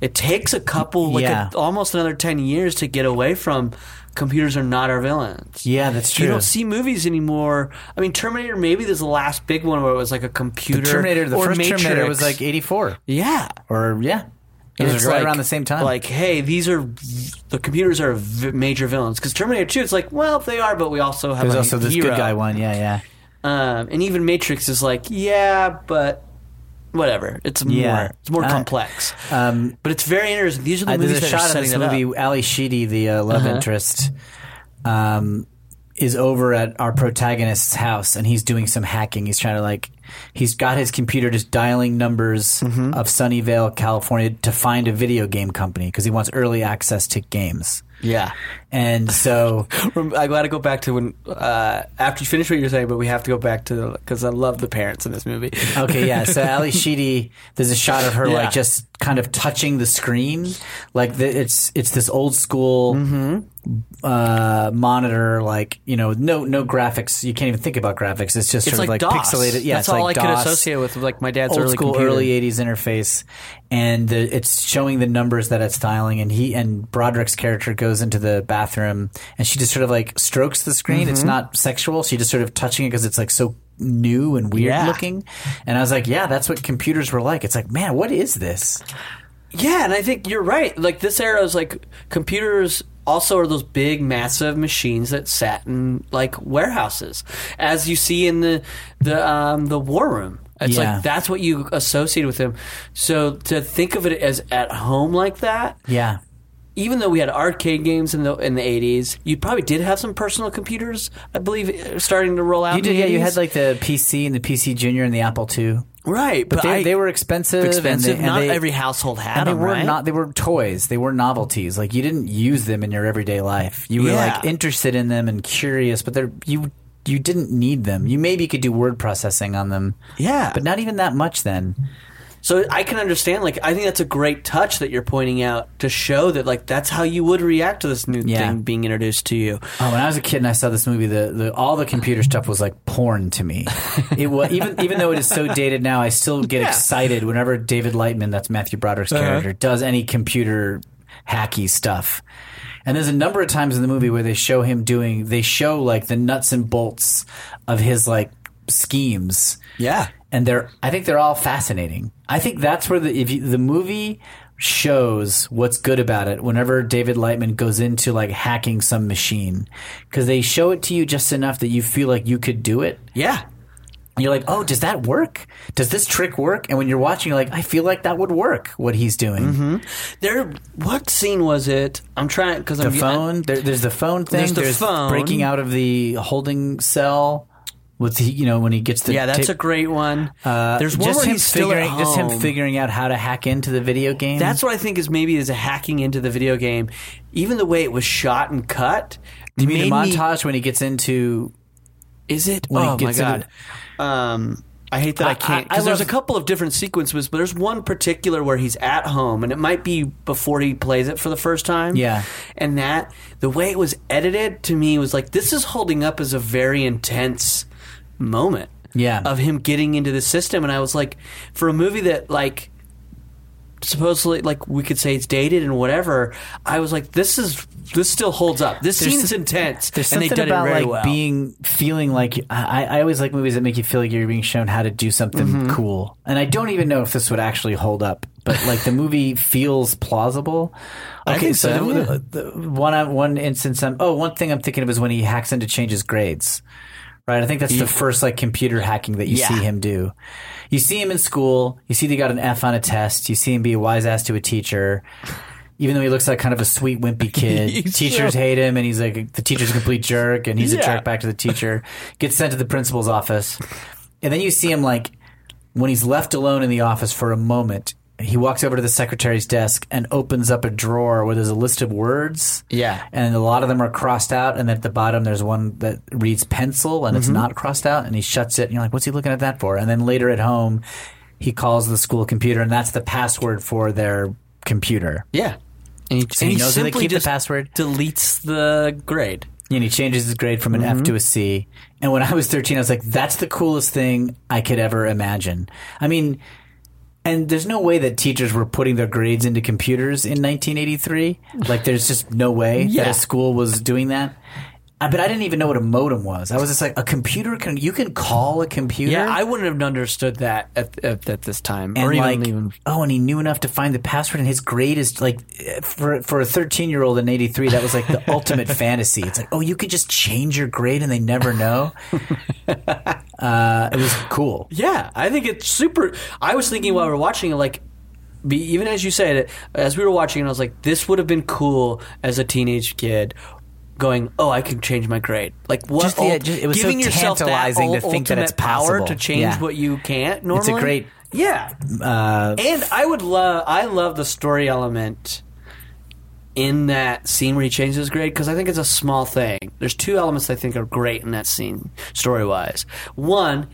Speaker 2: It takes a couple, like
Speaker 3: Yeah.
Speaker 2: a, almost another ten years to get away from computers are not our villains.
Speaker 3: Yeah, that's true.
Speaker 2: You don't see movies anymore. I mean, Terminator maybe this is the last big one where it was like a
Speaker 3: the
Speaker 2: computer.
Speaker 3: Terminator. The
Speaker 2: or
Speaker 3: first
Speaker 2: Matrix.
Speaker 3: Terminator was like eighty four,
Speaker 2: yeah.
Speaker 3: or yeah, it was
Speaker 2: it's
Speaker 3: right
Speaker 2: like-
Speaker 3: around the same time.
Speaker 2: Like, hey, these are the computers are v- major villains because Terminator Two. It's like, well, they are, but we also have
Speaker 3: there's
Speaker 2: a
Speaker 3: also this
Speaker 2: hero.
Speaker 3: good guy one. Yeah, yeah.
Speaker 2: um, and even Matrix is like, yeah, but whatever. It's more,
Speaker 3: Yeah.
Speaker 2: it's more
Speaker 3: Uh,
Speaker 2: complex.
Speaker 3: Um,
Speaker 2: but it's very interesting. These are the
Speaker 3: I,
Speaker 2: movies
Speaker 3: there's
Speaker 2: that
Speaker 3: a
Speaker 2: are
Speaker 3: shot in
Speaker 2: setting
Speaker 3: this
Speaker 2: that up.
Speaker 3: movie. Ali Sheedy, the uh, love interest, um, is over at our protagonist's house, and he's doing some hacking. He's trying to like, he's got his computer just dialing numbers of Sunnyvale, California, to find a video game company because he wants early access to games.
Speaker 2: Yeah,
Speaker 3: And so,
Speaker 2: Rem- I got to go back to when uh, after you finish what you're saying, but we have to go back to because I love the parents in this movie.
Speaker 3: okay, yeah. So Ali Sheedy, there's a shot of her
Speaker 2: Yeah.
Speaker 3: like just kind of touching the screen, like the, it's it's this old school
Speaker 2: Mm-hmm.
Speaker 3: uh, monitor, like you know, no no graphics. You can't even think about graphics. It's just
Speaker 2: It's
Speaker 3: sort
Speaker 2: like,
Speaker 3: of like
Speaker 2: DOS.
Speaker 3: pixelated. Yeah,
Speaker 2: that's
Speaker 3: it's
Speaker 2: all
Speaker 3: like
Speaker 2: I could
Speaker 3: DOS,
Speaker 2: associate with like my dad's
Speaker 3: old
Speaker 2: early
Speaker 3: school
Speaker 2: computer.
Speaker 3: early '80s interface, and the, it's showing the numbers that it's dialing. And he and Broderick's character goes into the bathroom, and she just sort of like strokes the screen. It's not sexual. She just sort of touching it because it's like so new and weird
Speaker 2: Yeah.
Speaker 3: looking. And I was like, yeah, that's what computers were like. It's like, man, what is this?
Speaker 2: Yeah, and I think you're right. Like this era is like computers also are those big massive machines that sat in like warehouses as you see in the the um the war room. It's
Speaker 3: Yeah.
Speaker 2: like that's what you associate with them. So to think of it as at home like that,
Speaker 3: Yeah.
Speaker 2: even though we had arcade games in the in the 80s, you probably did have some personal computers, I believe uh, starting to roll out.
Speaker 3: You
Speaker 2: in
Speaker 3: did,
Speaker 2: the
Speaker 3: yeah. You
Speaker 2: 80s.
Speaker 3: had like the PC and the PC Junior and the Apple II,
Speaker 2: right,
Speaker 3: but, they,
Speaker 2: I-
Speaker 3: they were expensive.
Speaker 2: expensive.
Speaker 3: And they, and
Speaker 2: Not
Speaker 3: they-
Speaker 2: every household had
Speaker 3: and they
Speaker 2: them,
Speaker 3: were
Speaker 2: right?
Speaker 3: not they were toys they were novelties like you didn't use them in your everyday life you were
Speaker 2: Yeah.
Speaker 3: like interested in them and curious but they're you you didn't need them you maybe could do word processing on them
Speaker 2: Yeah.
Speaker 3: but not even that much then
Speaker 2: So I can understand. Like, I think that's a great touch that you're pointing out to show that, like, that's how you would react to this new
Speaker 3: Yeah.
Speaker 2: thing being introduced to you.
Speaker 3: Oh, when I was a kid and I saw this movie, the, the all the computer stuff was like porn to me. It was even even though it is so dated now, I still get excited whenever David Lightman, that's Matthew Broderick's character, does any computer hacky stuff. And there's a number of times in the movie where they show him doing they show like the nuts and bolts of his like schemes
Speaker 2: Yeah.
Speaker 3: and they're I think they're all fascinating. I think that's where the if you, the movie shows what's good about it whenever David Lightman goes into like hacking some machine cuz they show it to you just enough that you feel like you could do it.
Speaker 2: Yeah.
Speaker 3: And you're like, "Oh, does that work? Does this trick work?" And when you're watching you're like, "I feel like that would work what he's doing."
Speaker 2: Mm-hmm. There. What scene was it? I'm trying because I'm
Speaker 3: The phone, there, there's the phone thing,
Speaker 2: There's the phone.
Speaker 3: breaking out of the holding cell with the, you know when he gets the
Speaker 2: Yeah, that's
Speaker 3: ta-
Speaker 2: a great one. There's one
Speaker 3: Uh, just
Speaker 2: where
Speaker 3: him
Speaker 2: he's still
Speaker 3: figuring
Speaker 2: at
Speaker 3: just him
Speaker 2: home.
Speaker 3: figuring out how to hack into the video game.
Speaker 2: That's what I think is maybe is hacking into the video game. Even the way it was shot and cut.
Speaker 3: You mean the
Speaker 2: made me-
Speaker 3: montage when he gets into?
Speaker 2: Is it?
Speaker 3: When he
Speaker 2: oh
Speaker 3: gets
Speaker 2: my god.
Speaker 3: into
Speaker 2: um, I hate that I,
Speaker 3: I-
Speaker 2: can't.
Speaker 3: I- I
Speaker 2: Because there's a
Speaker 3: love-
Speaker 2: couple of different sequences, but there's one particular where he's at home, and it might be before he plays it for the first time.
Speaker 3: Yeah.
Speaker 2: And that the way it was edited to me was like this is holding up as a very intense moment.
Speaker 3: Yeah.
Speaker 2: Of him getting into the system, and I was like, for a movie that like supposedly like we could say it's dated and whatever i was like this is this still holds up this
Speaker 3: There's
Speaker 2: scene's
Speaker 3: some-
Speaker 2: intense
Speaker 3: There's
Speaker 2: and they
Speaker 3: something
Speaker 2: did
Speaker 3: about
Speaker 2: it very
Speaker 3: like
Speaker 2: well.
Speaker 3: being feeling like I, I always like movies that make you feel like you're being shown how to do something
Speaker 2: Mm-hmm.
Speaker 3: cool. And I don't even know if this would actually hold up, but like the movie feels plausible. Okay,
Speaker 2: think so,
Speaker 3: the, the- the one uh, one instance. I'm, oh, one thing I'm thinking of is when he hacks in to change his grades. Right, I think that's the first like computer hacking that you
Speaker 2: Yeah.
Speaker 3: see him do. You see him in school. You see that he got an F on a test. You see him be a wise ass to a teacher. even though he looks like kind of a sweet wimpy kid, teachers hate him, and he's like the teacher's a complete jerk, and he's a jerk back to the teacher. Gets sent to the principal's office, and then you see him like when he's left alone in the office for a moment. He walks over to the secretary's desk and opens up a drawer where there's a list of words.
Speaker 2: Yeah.
Speaker 3: And a lot of them are crossed out. And at the bottom, there's one that reads pencil and it's
Speaker 2: Mm-hmm.
Speaker 3: not crossed out. And he shuts it. And you're like, what's he looking at that for? And then later at home, he calls the school computer and that's the password for their computer.
Speaker 2: Yeah. And he,
Speaker 3: So he knows where they keep the password.
Speaker 2: deletes the grade.
Speaker 3: and he changes his grade from an
Speaker 2: Mm-hmm.
Speaker 3: F to a C. And when I was 13, I was like, that's the coolest thing I could ever imagine. I mean, and there's no way that teachers were putting their grades into computers in 1983. Like, there's just no way that
Speaker 2: Yeah.
Speaker 3: a school was doing that. I, but I didn't even know what a modem was. I was just like, a computer can you can call a computer.
Speaker 2: Yeah, I wouldn't have understood that at, at, at this time.
Speaker 3: and
Speaker 2: or even,
Speaker 3: like,
Speaker 2: even
Speaker 3: oh, and he knew enough to find the password, and his grade is like, for for a thirteen year old in eighty three, that was like the ultimate fantasy. It's like, oh, you could just change your grade, and they never know. uh, it was cool.
Speaker 2: yeah, I think it's super. I was thinking while we were watching it, like, be, even as you said it, as we were watching it, I was like, this would have been cool as a teenage kid. Going, oh, I can change my grade. Like what?
Speaker 3: Just the-
Speaker 2: ult-
Speaker 3: just- it was so
Speaker 2: giving yourself that
Speaker 3: tantalizing to
Speaker 2: ul-
Speaker 3: think that
Speaker 2: ultimate
Speaker 3: it's
Speaker 2: power
Speaker 3: possible.
Speaker 2: to change
Speaker 3: Yeah.
Speaker 2: what you can't normally.
Speaker 3: great-
Speaker 2: yeah.
Speaker 3: Uh,
Speaker 2: and I would love, I love the story element in that scene where he changes his grade because I think it's a small thing. There's two elements I think are great in that scene, story wise. One,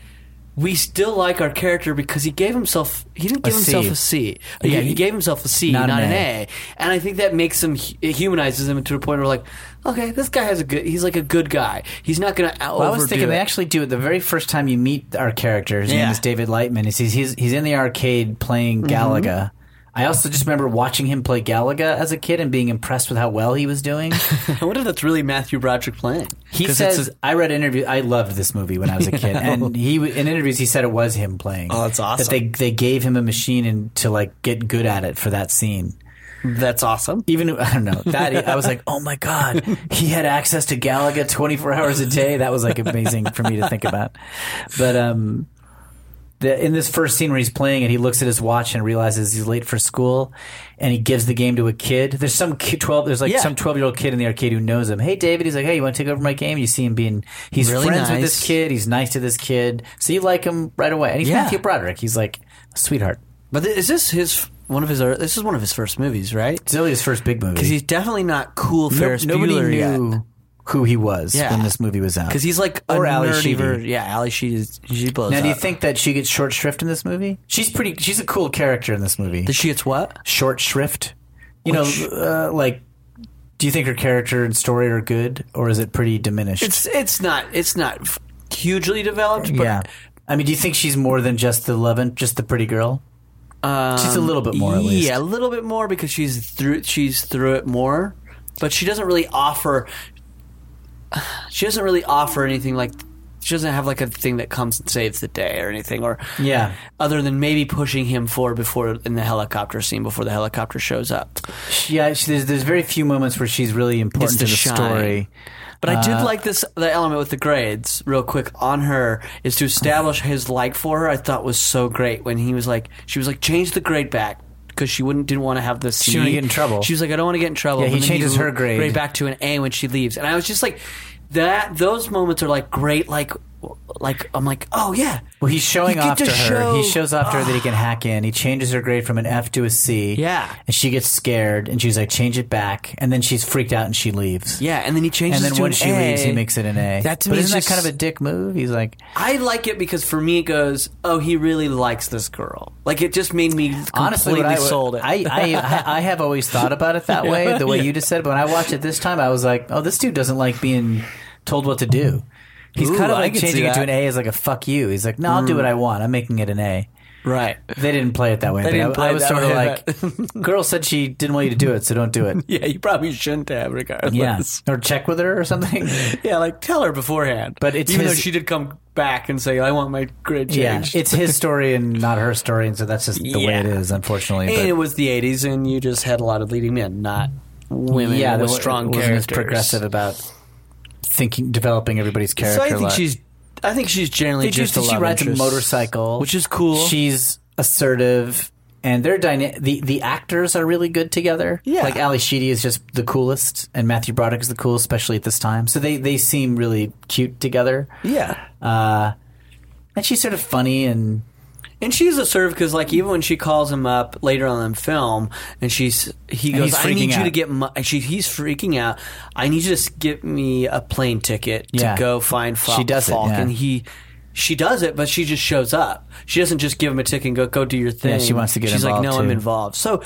Speaker 2: we still like our character because he gave himself he didn't give
Speaker 3: C.
Speaker 2: himself a C. Yeah, he
Speaker 3: he-
Speaker 2: gave himself a C, not,
Speaker 3: not
Speaker 2: an,
Speaker 3: an
Speaker 2: a. And I think that makes him it humanizes him to a point where like, okay, this guy has a good he's like a good guy. He's not going to overdo
Speaker 3: Well, I was thinking
Speaker 2: it.
Speaker 3: they actually do it the very first time you meet our character. His
Speaker 2: Yeah. Mm-hmm.
Speaker 3: name is David Lightman. He's he's, he's in the arcade playing Galaga. I also just remember watching him play Galaga as a kid and being impressed with how well he was doing.
Speaker 2: I wonder if that's really Matthew Broderick playing.
Speaker 3: He
Speaker 2: 'Cause it's
Speaker 3: says,
Speaker 2: a-
Speaker 3: "I read interview. I loved this movie when I was a kid, and he in interviews he said it was him playing. Oh,
Speaker 2: that's awesome.
Speaker 3: That they they gave him a machine and to like get good at it for that scene.
Speaker 2: that's awesome.
Speaker 3: Even I don't know that I was like, oh my god, he had access to Galaga twenty four hours a day. That was like amazing for me to think about. But um, the, in this first scene where he's playing it, he looks at his watch and realizes he's late for school, and he gives the game to a kid. There's some kid, twelve. There's like
Speaker 2: Yeah.
Speaker 3: some twelve year old kid in the arcade who knows him. Hey, David. He's like, hey, you want to take over my game? You see him being he's
Speaker 2: Really
Speaker 3: friends
Speaker 2: nice.
Speaker 3: with this kid. He's nice to this kid, so you like him right away. And he's
Speaker 2: Yeah.
Speaker 3: Matthew Broderick. He's like sweetheart.
Speaker 2: But th- is this his one of his? ear- This is one of his first movies, right?
Speaker 3: It's really his first big movie.
Speaker 2: Because he's definitely not cool
Speaker 3: No-
Speaker 2: Ferris
Speaker 3: nobody
Speaker 2: Bueller
Speaker 3: knew
Speaker 2: yet.
Speaker 3: who he was
Speaker 2: Yeah.
Speaker 3: when this movie was out.
Speaker 2: Because he's like a
Speaker 3: Or Ali
Speaker 2: nerdy
Speaker 3: Sheedy.
Speaker 2: ver- Yeah, Ali Sheedy. is- She blows
Speaker 3: now, do you
Speaker 2: up.
Speaker 3: think that she gets short shrift in this movie? She's pretty. She's a cool character in this movie.
Speaker 2: that she gets what?
Speaker 3: short shrift. You know, uh, like, do you think her character and story are good, or is it pretty diminished?
Speaker 2: It's it's not it's not f- hugely developed, but
Speaker 3: yeah. I mean, do you think she's more than just the eleven, just the pretty girl? she's a little bit more, at least.
Speaker 2: Um, yeah, a little bit more because she's through she's through it more, but she doesn't really offer. She doesn't really offer anything like she doesn't have like a thing that comes and saves the day or anything or
Speaker 3: Yeah.
Speaker 2: other than maybe pushing him forward before in the helicopter scene before the helicopter shows up.
Speaker 3: Yeah, she, there's, there's very few moments where she's really important
Speaker 2: Gets
Speaker 3: to
Speaker 2: to
Speaker 3: the
Speaker 2: shine.
Speaker 3: story.
Speaker 2: But I did
Speaker 3: Uh,
Speaker 2: like this the element with the grades real quick on her is to establish his like for her. I thought was so great when he was like she was like change the grade back because she wouldn't didn't want to have the C.
Speaker 3: She didn't wanna get in trouble.
Speaker 2: She was like I don't want to get in trouble.
Speaker 3: Yeah, he
Speaker 2: But then
Speaker 3: changes her grade.
Speaker 2: back to an A when she leaves, and I was just like that. Those moments are like great. Like like I'm like oh yeah.
Speaker 3: Well, he's showing
Speaker 2: You get
Speaker 3: off to
Speaker 2: to
Speaker 3: her. he
Speaker 2: show- Ah.
Speaker 3: shows off to her that he can hack in. He changes her grade from an F to a C.
Speaker 2: Yeah.
Speaker 3: And she gets scared and she's like, change it back. And then she's freaked out and she leaves.
Speaker 2: Yeah, and then he changes
Speaker 3: And then
Speaker 2: to
Speaker 3: when
Speaker 2: an
Speaker 3: she
Speaker 2: A.
Speaker 3: leaves, he makes it an A.
Speaker 2: That to
Speaker 3: but
Speaker 2: me
Speaker 3: isn't
Speaker 2: is
Speaker 3: that
Speaker 2: just-
Speaker 3: kind of a dick move? He's like,
Speaker 2: I like it because for me it goes, oh, he really likes this girl. Like it just made me completely
Speaker 3: honestly, what I,
Speaker 2: sold it.
Speaker 3: I, I, I have always thought about it that way, the way you just said. But when I watched it this time, I was like, oh, this dude doesn't like being told what to do. He's
Speaker 2: Ooh,
Speaker 3: kind of
Speaker 2: I
Speaker 3: like
Speaker 2: can see
Speaker 3: changing it to
Speaker 2: that. Mm.
Speaker 3: an A is like a fuck you. He's like, no, I'll do what I want. I'm making it an A.
Speaker 2: right.
Speaker 3: They didn't play it that way. but
Speaker 2: didn't
Speaker 3: I,
Speaker 2: play
Speaker 3: I
Speaker 2: it
Speaker 3: was
Speaker 2: that
Speaker 3: sort of
Speaker 2: way,
Speaker 3: like, girl said she didn't want you to do it, so don't do it.
Speaker 2: Yeah, you probably shouldn't have regardless.
Speaker 3: Yeah, or check with her or something.
Speaker 2: Yeah, like tell her beforehand.
Speaker 3: But it's
Speaker 2: even
Speaker 3: his-
Speaker 2: though she did come back and say, "I want my grid
Speaker 3: yeah,
Speaker 2: changed."
Speaker 3: it's his story and not her story, and so that's just the way
Speaker 2: Yeah.
Speaker 3: it is, unfortunately.
Speaker 2: and it
Speaker 3: But
Speaker 2: was the '80s, and you just had a lot of leading men, not women
Speaker 3: yeah,
Speaker 2: with
Speaker 3: there wa-
Speaker 2: strong
Speaker 3: wasn't as
Speaker 2: characters.
Speaker 3: progressive about thinking, developing everybody's character.
Speaker 2: So I
Speaker 3: a
Speaker 2: think
Speaker 3: lot.
Speaker 2: she's, I think she's generally
Speaker 3: They do-
Speaker 2: just a
Speaker 3: she
Speaker 2: love
Speaker 3: rides
Speaker 2: interest.
Speaker 3: a motorcycle,
Speaker 2: which is cool.
Speaker 3: She's assertive, and their dyna- the the actors are really good together.
Speaker 2: Yeah.
Speaker 3: like Ali Sheedy is just the coolest, and Matthew Broderick is the coolest, especially at this time. So they they seem really cute together,
Speaker 2: yeah,
Speaker 3: and she's sort of funny and
Speaker 2: and she's a serve because, like, even when she calls him up later on in film, and she's he
Speaker 3: And
Speaker 2: goes,
Speaker 3: he's
Speaker 2: "I need
Speaker 3: freaking
Speaker 2: you to
Speaker 3: out.
Speaker 2: get," my, and she he's freaking out. I need you to s- get me a plane ticket to
Speaker 3: Yeah.
Speaker 2: go find Fal-
Speaker 3: She does it,
Speaker 2: Falk,
Speaker 3: yeah.
Speaker 2: and he. She does it, but she just shows up. She doesn't just give him a ticket and go go do your thing.
Speaker 3: she wants to get
Speaker 2: She's like,
Speaker 3: involved,
Speaker 2: no, I'm
Speaker 3: too."
Speaker 2: involved. So,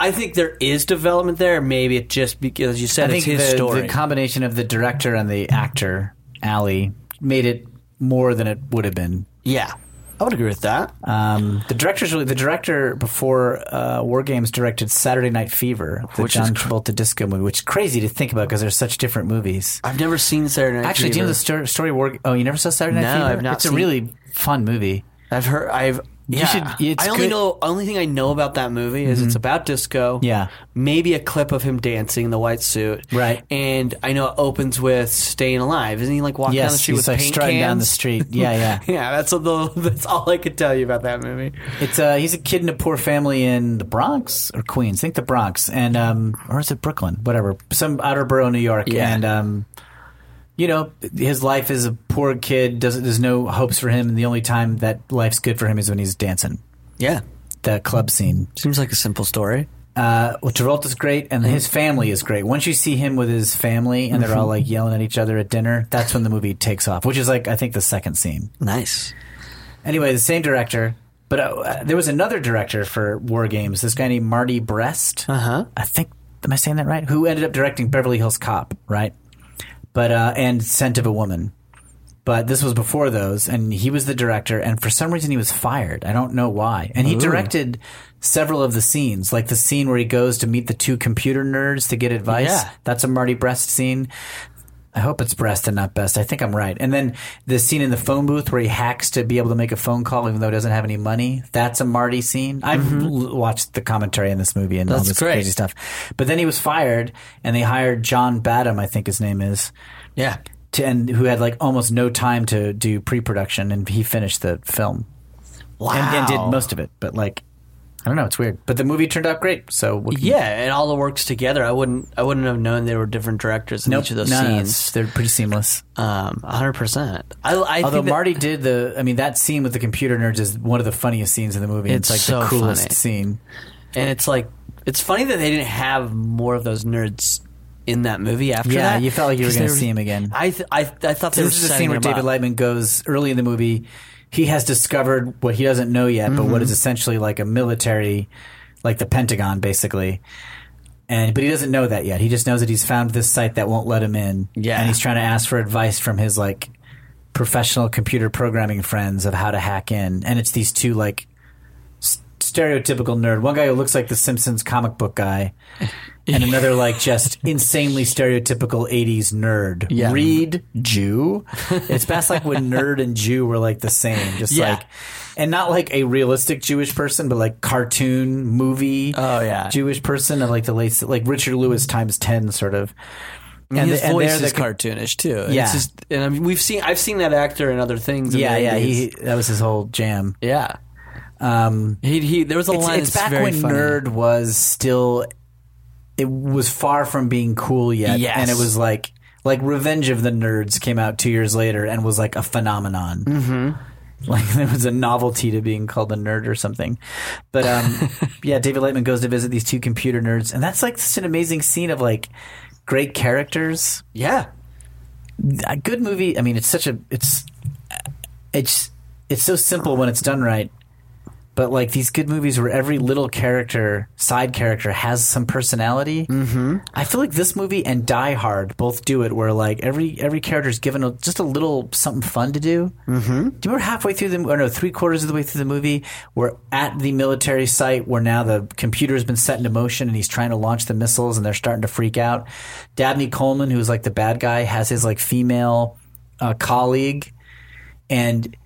Speaker 2: I think there is development there. Maybe it just because you said
Speaker 3: I
Speaker 2: it's
Speaker 3: think
Speaker 2: his
Speaker 3: the,
Speaker 2: story.
Speaker 3: the combination of the director and the actor Ali made it more than it would have been.
Speaker 2: yeah, I would agree with that.
Speaker 3: Um, the director's really the director before uh, War Games directed Saturday Night Fever, the
Speaker 2: Which is
Speaker 3: John Travolta disco movie, which is crazy to think about because they're such different movies.
Speaker 2: I've never seen Saturday Night.
Speaker 3: Actually, do you know
Speaker 2: Fever.
Speaker 3: the story? story War, oh, you never saw Saturday Night
Speaker 2: No,
Speaker 3: Fever?
Speaker 2: I've not
Speaker 3: It's a
Speaker 2: seen-
Speaker 3: really fun movie.
Speaker 2: I've heard. I've. Yeah.
Speaker 3: should- it's
Speaker 2: I only
Speaker 3: good- Mm-hmm.
Speaker 2: know. Only thing I know about that movie is it's about disco.
Speaker 3: Yeah.
Speaker 2: Maybe a clip of him dancing in the white suit.
Speaker 3: Right.
Speaker 2: And I know it opens with "Staying Alive." Isn't he like walking down the
Speaker 3: Yes,
Speaker 2: street
Speaker 3: he's
Speaker 2: with
Speaker 3: like
Speaker 2: paint
Speaker 3: strutting down the
Speaker 2: cans?
Speaker 3: street. Yeah, yeah.
Speaker 2: Yeah, that's a little, that's all I could tell you about that movie.
Speaker 3: It's uh, he's a kid in a poor family in the Bronx or Queens, I think the Bronx, and um, or is it Brooklyn? Whatever, some outer borough, of New York,
Speaker 2: Yeah.
Speaker 3: and um, you know, his life is a poor kid. Doesn't there's no hopes for him, and the only time that life's good for him is when he's dancing
Speaker 2: Yeah,
Speaker 3: the club scene.
Speaker 2: seems like a simple story.
Speaker 3: Uh, well, Travolta's great, and his family is great. Once you see him with his family, and they're all like yelling at each other at dinner, that's when the movie takes off, which is like I think the second scene.
Speaker 2: Nice.
Speaker 3: Anyway, the same director, but uh, there was another director for War Games. This guy named Marty Brest. Uh huh. I think am I saying that right? Who ended up directing Beverly Hills Cop, right? But uh, and Scent of a Woman. But this was before those, and he was the director. And for some reason, he was fired. I don't know why. And he directed several of the scenes, like the scene where he goes to meet the two computer nerds to get advice.
Speaker 2: Yeah.
Speaker 3: That's a Marty Brest scene. I hope it's breast and not best. I think I'm right. And then the scene in the phone booth where he hacks to be able to make a phone call even though he doesn't have any money. That's a Marty scene. I've l- watched the commentary in this movie and all
Speaker 2: Mm-hmm. That's
Speaker 3: this
Speaker 2: great.
Speaker 3: crazy stuff. But then he was fired and they hired John Badham, I think his name is,
Speaker 2: Yeah.
Speaker 3: to, and who had like almost no time to do pre-production and he finished the film
Speaker 2: Wow.
Speaker 3: and, and did most of it. But like, I don't know. It's weird. But the movie turned out great. So what can you-
Speaker 2: Yeah, and all the works together. I wouldn't. I wouldn't have known they were different directors in
Speaker 3: Nope.
Speaker 2: each of those
Speaker 3: No, no, it's-
Speaker 2: scenes.
Speaker 3: they're pretty seamless.
Speaker 2: Um, hundred percent. I, I
Speaker 3: Although
Speaker 2: think that-
Speaker 3: Marty did the, I mean, that scene with the computer nerds is one of the funniest scenes in the movie. It's,
Speaker 2: It's
Speaker 3: like
Speaker 2: so
Speaker 3: the coolest
Speaker 2: funny.
Speaker 3: scene.
Speaker 2: And it's like it's funny that they didn't have more of those nerds in that movie after
Speaker 3: Yeah,
Speaker 2: that.
Speaker 3: you felt like you were
Speaker 2: 'Cause
Speaker 3: gonna
Speaker 2: they
Speaker 3: see him again.
Speaker 2: I th- I, I thought they
Speaker 3: So
Speaker 2: were
Speaker 3: this is the
Speaker 2: setting
Speaker 3: scene where
Speaker 2: him
Speaker 3: David
Speaker 2: up.
Speaker 3: Lightman goes early in the movie. He has discovered what he doesn't know yet, but what
Speaker 2: Mm-hmm.
Speaker 3: is essentially like a military, like the Pentagon, basically. And but he doesn't know that yet. He just knows that he's found this site that won't let him in.
Speaker 2: Yeah.
Speaker 3: and he's trying to ask for advice from his like professional computer programming friends of how to hack in. And it's these two like s- stereotypical nerd. One guy who looks like the Simpsons comic book guy, and another like just insanely stereotypical 80s nerd.
Speaker 2: Yeah.
Speaker 3: Reed, Jew. It's best like when nerd and Jew were like the same. Just
Speaker 2: Yeah.
Speaker 3: like, and not like a realistic Jewish person, but like cartoon movie
Speaker 2: Oh, yeah.
Speaker 3: Jewish person of like the late, like Richard Lewis times 10 sort of.
Speaker 2: And his
Speaker 3: the-
Speaker 2: voice
Speaker 3: they're
Speaker 2: is
Speaker 3: the-
Speaker 2: cartoonish too. And
Speaker 3: Yeah.
Speaker 2: it's just, and I mean, we've seen I've seen that actor in other things. in
Speaker 3: Yeah,
Speaker 2: the
Speaker 3: yeah.
Speaker 2: 80s.
Speaker 3: He, that was his whole jam.
Speaker 2: yeah. Um, he, he there was a
Speaker 3: It's,
Speaker 2: line.
Speaker 3: it's
Speaker 2: that's
Speaker 3: back
Speaker 2: very
Speaker 3: when
Speaker 2: funny.
Speaker 3: nerd was still, it was far from being cool yet,
Speaker 2: Yes.
Speaker 3: and it was like like Revenge of the Nerds came out two years later and was like a phenomenon. Mm-hmm. Like there was a novelty to being called a nerd or something, but um, yeah, David Lightman goes to visit these two computer nerds, and that's like such an amazing scene of like great characters
Speaker 2: Yeah.
Speaker 3: a good movie. I mean, it's such a it's it's it's so simple when it's done right. But like these good movies where every little character, side character, has some personality. Mm-hmm. I feel like this movie and Die Hard both do it, where like every every character is given a, just a little something fun to do. Mm-hmm. Do you remember halfway through the or no three quarters of the way through the movie, we're at the military site where now the computer has been set into motion and he's trying to launch the missiles and they're starting to freak out. Dabney Coleman, who's like the bad guy, has his like female uh, colleague, and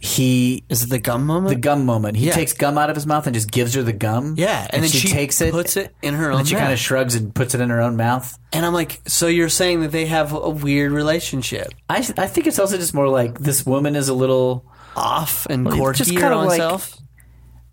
Speaker 3: he
Speaker 2: Is it the gum moment?
Speaker 3: the gum moment. He
Speaker 2: Yeah.
Speaker 3: takes gum out of his mouth and just gives her the gum.
Speaker 2: Yeah, and, then
Speaker 3: she, takes it,
Speaker 2: puts it in her
Speaker 3: and
Speaker 2: own.
Speaker 3: then she kind of
Speaker 2: mouth.
Speaker 3: shrugs and puts it in her own mouth.
Speaker 2: and I'm like, so you're saying that they have a weird relationship,
Speaker 3: I I think it's also just more like this woman is a little.
Speaker 2: off and
Speaker 3: Well, it's
Speaker 2: quirky
Speaker 3: just
Speaker 2: or
Speaker 3: kind of
Speaker 2: on
Speaker 3: like-
Speaker 2: self.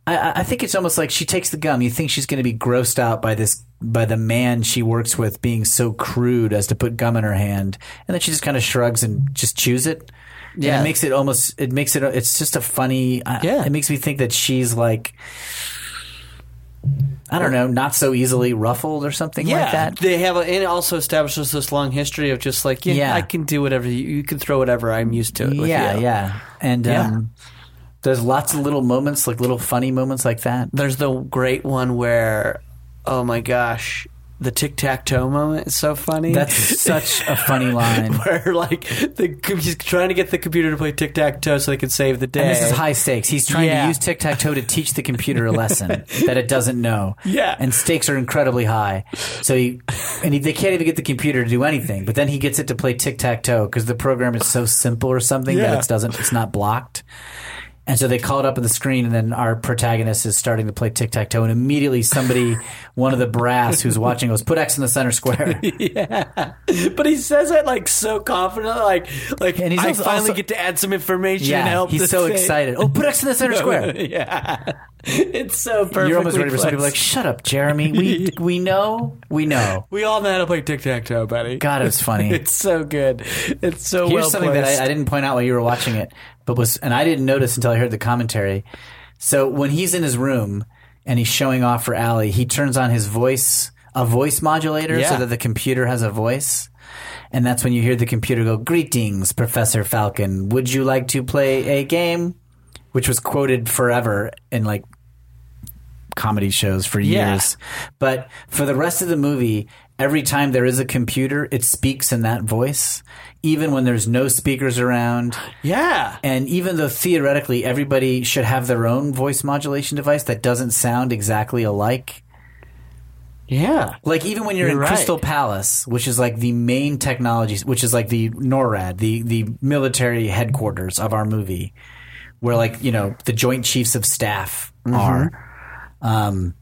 Speaker 3: I- I, I think it's almost like she takes the gum. You think she's going to be grossed out by this by the man she works with being so crude as to put gum in her hand, and then she just kind of shrugs and just chews it. Yeah,
Speaker 2: Yeah.
Speaker 3: it makes it almost. It makes it. It's just a funny. I-
Speaker 2: Yeah.
Speaker 3: it makes me think that she's like. I don't know, not so easily ruffled or something like that.
Speaker 2: They have, a, and it also establishes this long history of just like, yeah,
Speaker 3: Yeah.
Speaker 2: I can do whatever you, you can throw whatever I'm used to it. With
Speaker 3: yeah,
Speaker 2: you.
Speaker 3: yeah. And
Speaker 2: Yeah.
Speaker 3: Um, there's lots of little moments, like little funny moments like that.
Speaker 2: There's the great one where, oh my gosh, the tic tac toe moment is so funny.
Speaker 3: That's such a funny line.
Speaker 2: where like the com- he's trying to get the computer to play tic tac toe so they can save the day.
Speaker 3: And this is high stakes. He's trying to
Speaker 2: Yeah.
Speaker 3: use tic tac toe to teach the computer a lesson that it doesn't know.
Speaker 2: Yeah.
Speaker 3: And stakes are incredibly high. So he, and he, they can't even get the computer to do anything. But then he gets it to play tic tac toe because the program is so simple or something
Speaker 2: Yeah.
Speaker 3: that it doesn't, it's not blocked. And so they call it up on the screen, and then our protagonist is starting to play tic tac toe, and immediately somebody, one of the brass who's watching, goes, "Put X in the center square."
Speaker 2: Yeah, but he says it like so confident, like like
Speaker 3: And he's
Speaker 2: I
Speaker 3: also-
Speaker 2: finally
Speaker 3: also-
Speaker 2: get to add some information and
Speaker 3: Yeah,
Speaker 2: help.
Speaker 3: he's
Speaker 2: this
Speaker 3: so
Speaker 2: thing."
Speaker 3: excited. Oh, put X in the center square.
Speaker 2: yeah, it's so perfect.
Speaker 3: You're almost ready for somebody to be like, "Shut up, Jeremy. We we know, we know."
Speaker 2: we all know how to play tic tac toe, buddy.
Speaker 3: God, it was funny.
Speaker 2: It's so good. It's so
Speaker 3: Here's
Speaker 2: well
Speaker 3: something that
Speaker 2: placed.
Speaker 3: I, I didn't point out while you were watching it, but was and I didn't notice until I heard the commentary. So when he's in his room and he's showing off for Allie, he turns on his voice a voice modulator so
Speaker 2: Yeah.
Speaker 3: that the computer has a voice. And that's when you hear the computer go, Greetings, Professor Falcon. Would you like to play a game? Which was quoted forever in like comedy shows for
Speaker 2: Yeah.
Speaker 3: years. But for the rest of the movie, every time there is a computer, it speaks in that voice, even when there's no speakers around.
Speaker 2: yeah,
Speaker 3: And even though theoretically everybody should have their own voice modulation device that doesn't sound exactly alike.
Speaker 2: yeah,
Speaker 3: Like even when you're,
Speaker 2: You're
Speaker 3: in
Speaker 2: right.
Speaker 3: Crystal Palace, which is like the main technology, which is like the NORAD, the the military headquarters of our movie, where like you know the Joint Chiefs of Staff
Speaker 2: Mm-hmm.
Speaker 3: are, um,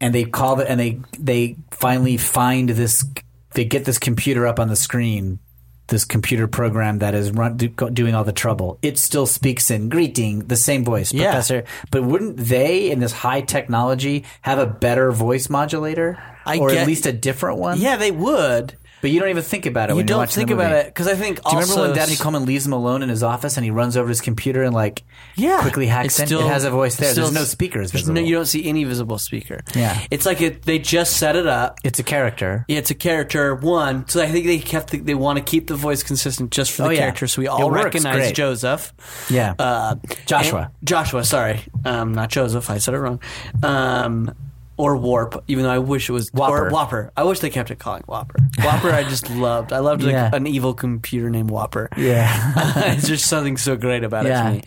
Speaker 3: and they call the and they they finally find this, they get this computer up on the screen, this computer program that is run, do, go- doing all the trouble. It still speaks in greeting, the same voice,
Speaker 2: Yeah.
Speaker 3: Professor. But wouldn't they, in this high technology, have a better voice modulator?
Speaker 2: I
Speaker 3: or
Speaker 2: get-
Speaker 3: at least a different one?
Speaker 2: yeah. Um, They would,
Speaker 3: But you don't even think about it.
Speaker 2: You
Speaker 3: when
Speaker 2: don't
Speaker 3: watching the
Speaker 2: think about
Speaker 3: movie.
Speaker 2: it because I think.
Speaker 3: Do you
Speaker 2: also,
Speaker 3: remember when Daddy Coleman leaves him alone in his office and he runs over to his computer and like
Speaker 2: yeah,
Speaker 3: quickly hacks
Speaker 2: It's
Speaker 3: in? it has a voice there.
Speaker 2: it's still-
Speaker 3: there's no speakers
Speaker 2: there's
Speaker 3: visible.
Speaker 2: no- you don't see any visible speaker.
Speaker 3: Yeah.
Speaker 2: it's like it, they just set it up.
Speaker 3: it's a character.
Speaker 2: Yeah, it's a character one. So I think they kept the, they want to keep the voice consistent just for the
Speaker 3: Oh, yeah.
Speaker 2: character, so we
Speaker 3: It
Speaker 2: all
Speaker 3: works
Speaker 2: recognize
Speaker 3: great.
Speaker 2: Joseph.
Speaker 3: Yeah.
Speaker 2: uh,
Speaker 3: Joshua.
Speaker 2: and- Joshua, sorry, um, not Joseph. I said it wrong. Um, or Warp, even though I wish it was
Speaker 3: Whopper.
Speaker 2: Or Whopper. I wish they kept it calling Whopper. Whopper, I just loved. I loved like
Speaker 3: Yeah.
Speaker 2: an evil computer named Whopper.
Speaker 3: Yeah.
Speaker 2: it's just something so great about it
Speaker 3: Yeah.
Speaker 2: to me.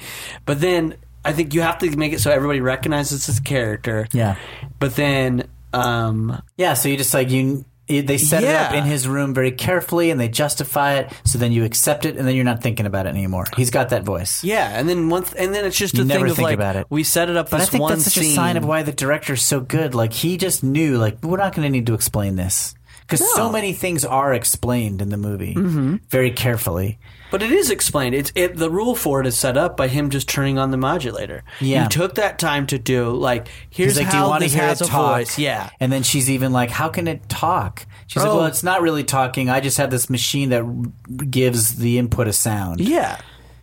Speaker 2: But then I think you have to make it so everybody recognizes this character.
Speaker 3: Yeah.
Speaker 2: But then. Um,
Speaker 3: Yeah, so you just like you it- they set it up
Speaker 2: Yeah.
Speaker 3: in his room very carefully and they justify it, so then you accept it and then you're not thinking about it anymore. He's got that voice.
Speaker 2: Yeah, and then once, and then it's just
Speaker 3: You
Speaker 2: a
Speaker 3: never
Speaker 2: thing of
Speaker 3: think
Speaker 2: like
Speaker 3: about it.
Speaker 2: we set it up this
Speaker 3: But I think
Speaker 2: one
Speaker 3: that's such
Speaker 2: scene.
Speaker 3: a sign of why the director's so good. Like he just knew like we're not going to need to explain this. Because so many things are explained in the movie
Speaker 2: Mm-hmm.
Speaker 3: very carefully.
Speaker 2: but it is explained. It's it, the rule for it is set up by him just turning on the modulator.
Speaker 3: Yeah.
Speaker 2: you took that time to do like here's
Speaker 3: He's like,
Speaker 2: how
Speaker 3: "Do you want to
Speaker 2: this
Speaker 3: hear it
Speaker 2: has a
Speaker 3: talk?"
Speaker 2: voice. Yeah,
Speaker 3: And then she's even like, "How can it talk?" She's like,
Speaker 2: Oh.
Speaker 3: "Well, it's not really talking. I just have this machine that r- gives the input a sound."
Speaker 2: yeah,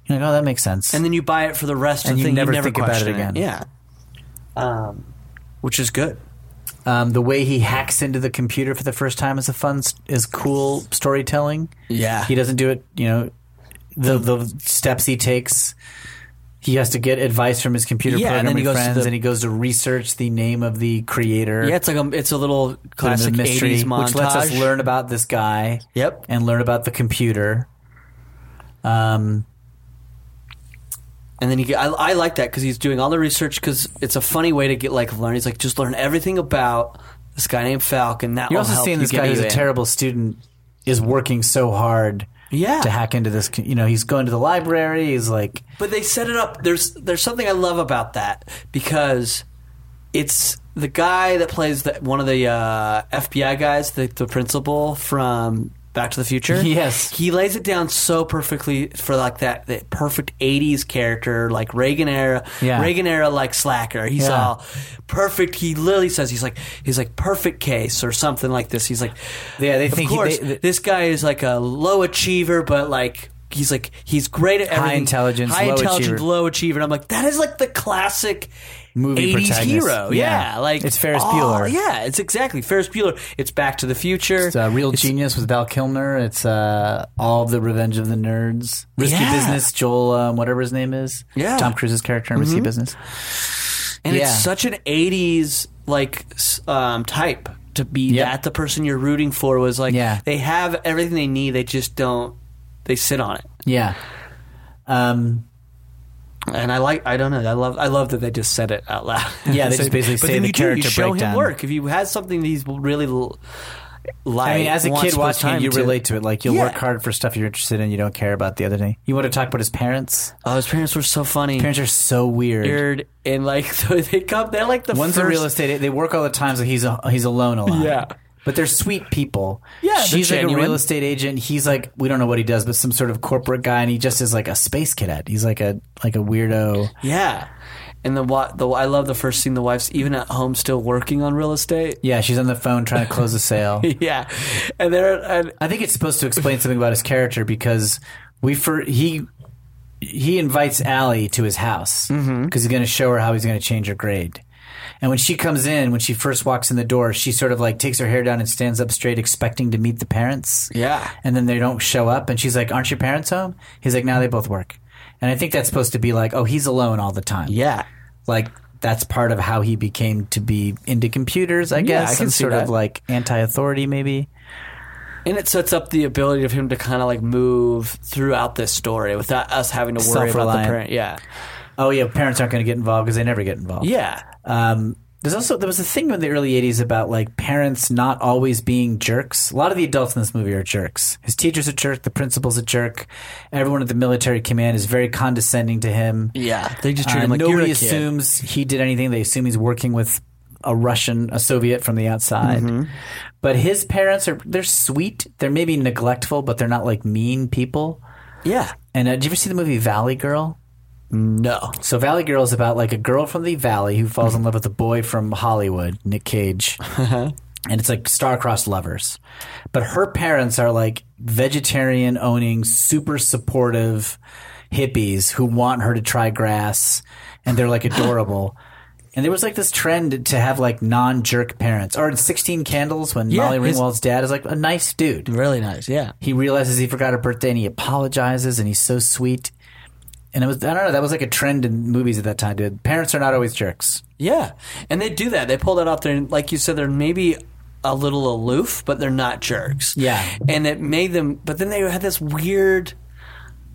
Speaker 3: You're like, "Oh, that makes sense."
Speaker 2: and then you buy it for the rest of
Speaker 3: And
Speaker 2: the
Speaker 3: you
Speaker 2: thing.
Speaker 3: never
Speaker 2: you never
Speaker 3: think about it
Speaker 2: question
Speaker 3: again.
Speaker 2: Yeah, um, which is good.
Speaker 3: um, the way he hacks into the computer for the first time is a fun, st- is cool storytelling.
Speaker 2: Yeah,
Speaker 3: He doesn't do it, you know, the the steps he takes. He has to get advice from his computer
Speaker 2: Yeah, and then he
Speaker 3: programming
Speaker 2: goes to
Speaker 3: friends,
Speaker 2: the-
Speaker 3: and he goes to research the name of the creator.
Speaker 2: yeah, it's like a, it's a little
Speaker 3: Bit of a
Speaker 2: classic
Speaker 3: mystery,
Speaker 2: '80s montage,
Speaker 3: which lets us learn about this guy.
Speaker 2: Yep.
Speaker 3: and learn about the computer. Um,
Speaker 2: And then he, get- I, I like that because he's doing all the research because it's a funny way to get like learn. He's like just learn everything about this guy named Falcon. That
Speaker 3: you're
Speaker 2: will
Speaker 3: also
Speaker 2: help
Speaker 3: seeing
Speaker 2: you
Speaker 3: this
Speaker 2: get
Speaker 3: guy
Speaker 2: you
Speaker 3: who's a
Speaker 2: in.
Speaker 3: terrible student is working so hard
Speaker 2: Yeah.
Speaker 3: to hack into this. You know, he's going to the library. He's like,
Speaker 2: But they set it up. There's there's something I love about that because it's the guy that plays the, one of the uh, FBI guys, the, the principal from Back to the Future.
Speaker 3: Yes.
Speaker 2: he lays it down so perfectly for like that, that perfect '80s character, like Reagan era,
Speaker 3: Yeah.
Speaker 2: Reagan era like slacker. He's
Speaker 3: Yeah.
Speaker 2: all perfect. He literally says he's like he's like perfect case or something like this. He's like,
Speaker 3: Yeah, they
Speaker 2: of
Speaker 3: think he-
Speaker 2: course
Speaker 3: they- they-
Speaker 2: this guy is like a low achiever, but like. He's like he's great at
Speaker 3: High
Speaker 2: everything.
Speaker 3: intelligence,
Speaker 2: high
Speaker 3: low
Speaker 2: intelligence,
Speaker 3: achiever.
Speaker 2: low achiever. And I'm like, that is like the classic 80s
Speaker 3: Movie protagonist.
Speaker 2: hero. Yeah.
Speaker 3: Yeah.
Speaker 2: like
Speaker 3: It's Ferris
Speaker 2: oh,
Speaker 3: Bueller.
Speaker 2: Yeah, it's exactly Ferris Bueller. It's Back to the Future.
Speaker 3: It's uh, Real Genius with Val Kilmer. It's uh, all of the Revenge of the Nerds, Risky
Speaker 2: Yeah.
Speaker 3: Business. Joel, um, whatever his name is,
Speaker 2: Yeah.
Speaker 3: Tom Cruise's character in Risky Business.
Speaker 2: and
Speaker 3: yeah.
Speaker 2: it's such an 80s like s- um, type to be
Speaker 3: Yeah.
Speaker 2: that the person you're rooting for was like
Speaker 3: Yeah.
Speaker 2: they have everything they need. They just don't. They sit on it.
Speaker 3: Yeah. Um,
Speaker 2: And I like. I don't know. I love. I love that they just said it out loud.
Speaker 3: Yeah, they
Speaker 2: So-
Speaker 3: just basically
Speaker 2: but
Speaker 3: say
Speaker 2: then
Speaker 3: the
Speaker 2: you do, you
Speaker 3: character
Speaker 2: show
Speaker 3: breakdown.
Speaker 2: him work if you had something that he's really. L- like,
Speaker 3: I mean, as a
Speaker 2: wants
Speaker 3: kid
Speaker 2: to put
Speaker 3: watching it,
Speaker 2: time
Speaker 3: you relate to it. Like you'll
Speaker 2: Yeah.
Speaker 3: work hard for stuff you're interested in. You don't care about the other thing. You want to talk about his parents.
Speaker 2: Oh, his parents were so funny.
Speaker 3: Parents are so weird.
Speaker 2: weird and like so they come they're like the
Speaker 3: One's
Speaker 2: first
Speaker 3: a real estate. They work all the time, so he's a, he's alone a lot.
Speaker 2: Yeah.
Speaker 3: But they're sweet people.
Speaker 2: Yeah, they're
Speaker 3: she's like a
Speaker 2: genuine.
Speaker 3: real estate agent. He's like we don't know what he does, but some sort of corporate guy, and he just is like a space cadet. He's like a like a weirdo.
Speaker 2: yeah and the wa- the I love the first scene the wife's even at home still working on real estate
Speaker 3: Yeah, she's on the phone trying to close a sale.
Speaker 2: yeah and they're and
Speaker 3: I think it's supposed to explain something about his character because we for he he invites Allie to his house because
Speaker 2: Mm-hmm.
Speaker 3: he's going to show her how he's going to change her grade. And when she comes in, when she first walks in the door, she sort of like takes her hair down and stands up straight, expecting to meet the parents.
Speaker 2: Yeah.
Speaker 3: And then they don't show up, and she's like, "Aren't your parents home?" He's like, "No, they both work." And I think that's supposed to be like, "Oh, he's alone all the time."
Speaker 2: yeah
Speaker 3: Like that's part of how he became to be into computers, I guess.
Speaker 2: I can
Speaker 3: and
Speaker 2: see
Speaker 3: sort of
Speaker 2: that.
Speaker 3: like anti-authority, maybe.
Speaker 2: and it sets up the ability of him to kind of like move throughout this story without us having to worry about the
Speaker 3: Self-reliant.
Speaker 2: parent yeah
Speaker 3: Oh yeah, parents aren't going to get involved because they never get involved.
Speaker 2: yeah
Speaker 3: Um, there's also there was a thing in the early '80s about like parents not always being jerks. A lot of the adults in this movie are jerks. His teacher's a jerk. The principal's a jerk. Everyone at the military command is very condescending to him.
Speaker 2: yeah they just treat
Speaker 3: Uh,
Speaker 2: him like
Speaker 3: nobody
Speaker 2: you're a kid.
Speaker 3: assumes he did anything. They assume he's working with a Russian, a Soviet from the outside.
Speaker 2: Mm-hmm.
Speaker 3: But his parents are they're sweet. They're maybe neglectful, but they're not like mean people.
Speaker 2: yeah
Speaker 3: And uh, did you ever see the movie Valley Girl?
Speaker 2: no
Speaker 3: So Valley Girl is about like a girl from the valley who falls in love with a boy from Hollywood, Nick Cage. and it's like star-crossed lovers. But her parents are like vegetarian owning, super supportive hippies who want her to try grass, and they're like adorable. And there was like this trend to have like non-jerk parents, or in Sixteen Candles when
Speaker 4: Yeah,
Speaker 3: Molly
Speaker 4: his-
Speaker 3: Ringwald's dad is like a nice dude.
Speaker 4: Really nice. Yeah.
Speaker 3: He realizes he forgot her birthday, and he apologizes, and he's so sweet. And it was I don't know that was like a trend in movies at that time. Dude, parents are not always jerks.
Speaker 2: Yeah, and they do that. They pull that off. They're like you said, they're maybe a little aloof, but they're not jerks.
Speaker 3: Yeah.
Speaker 2: and it made them. But then they had this weird,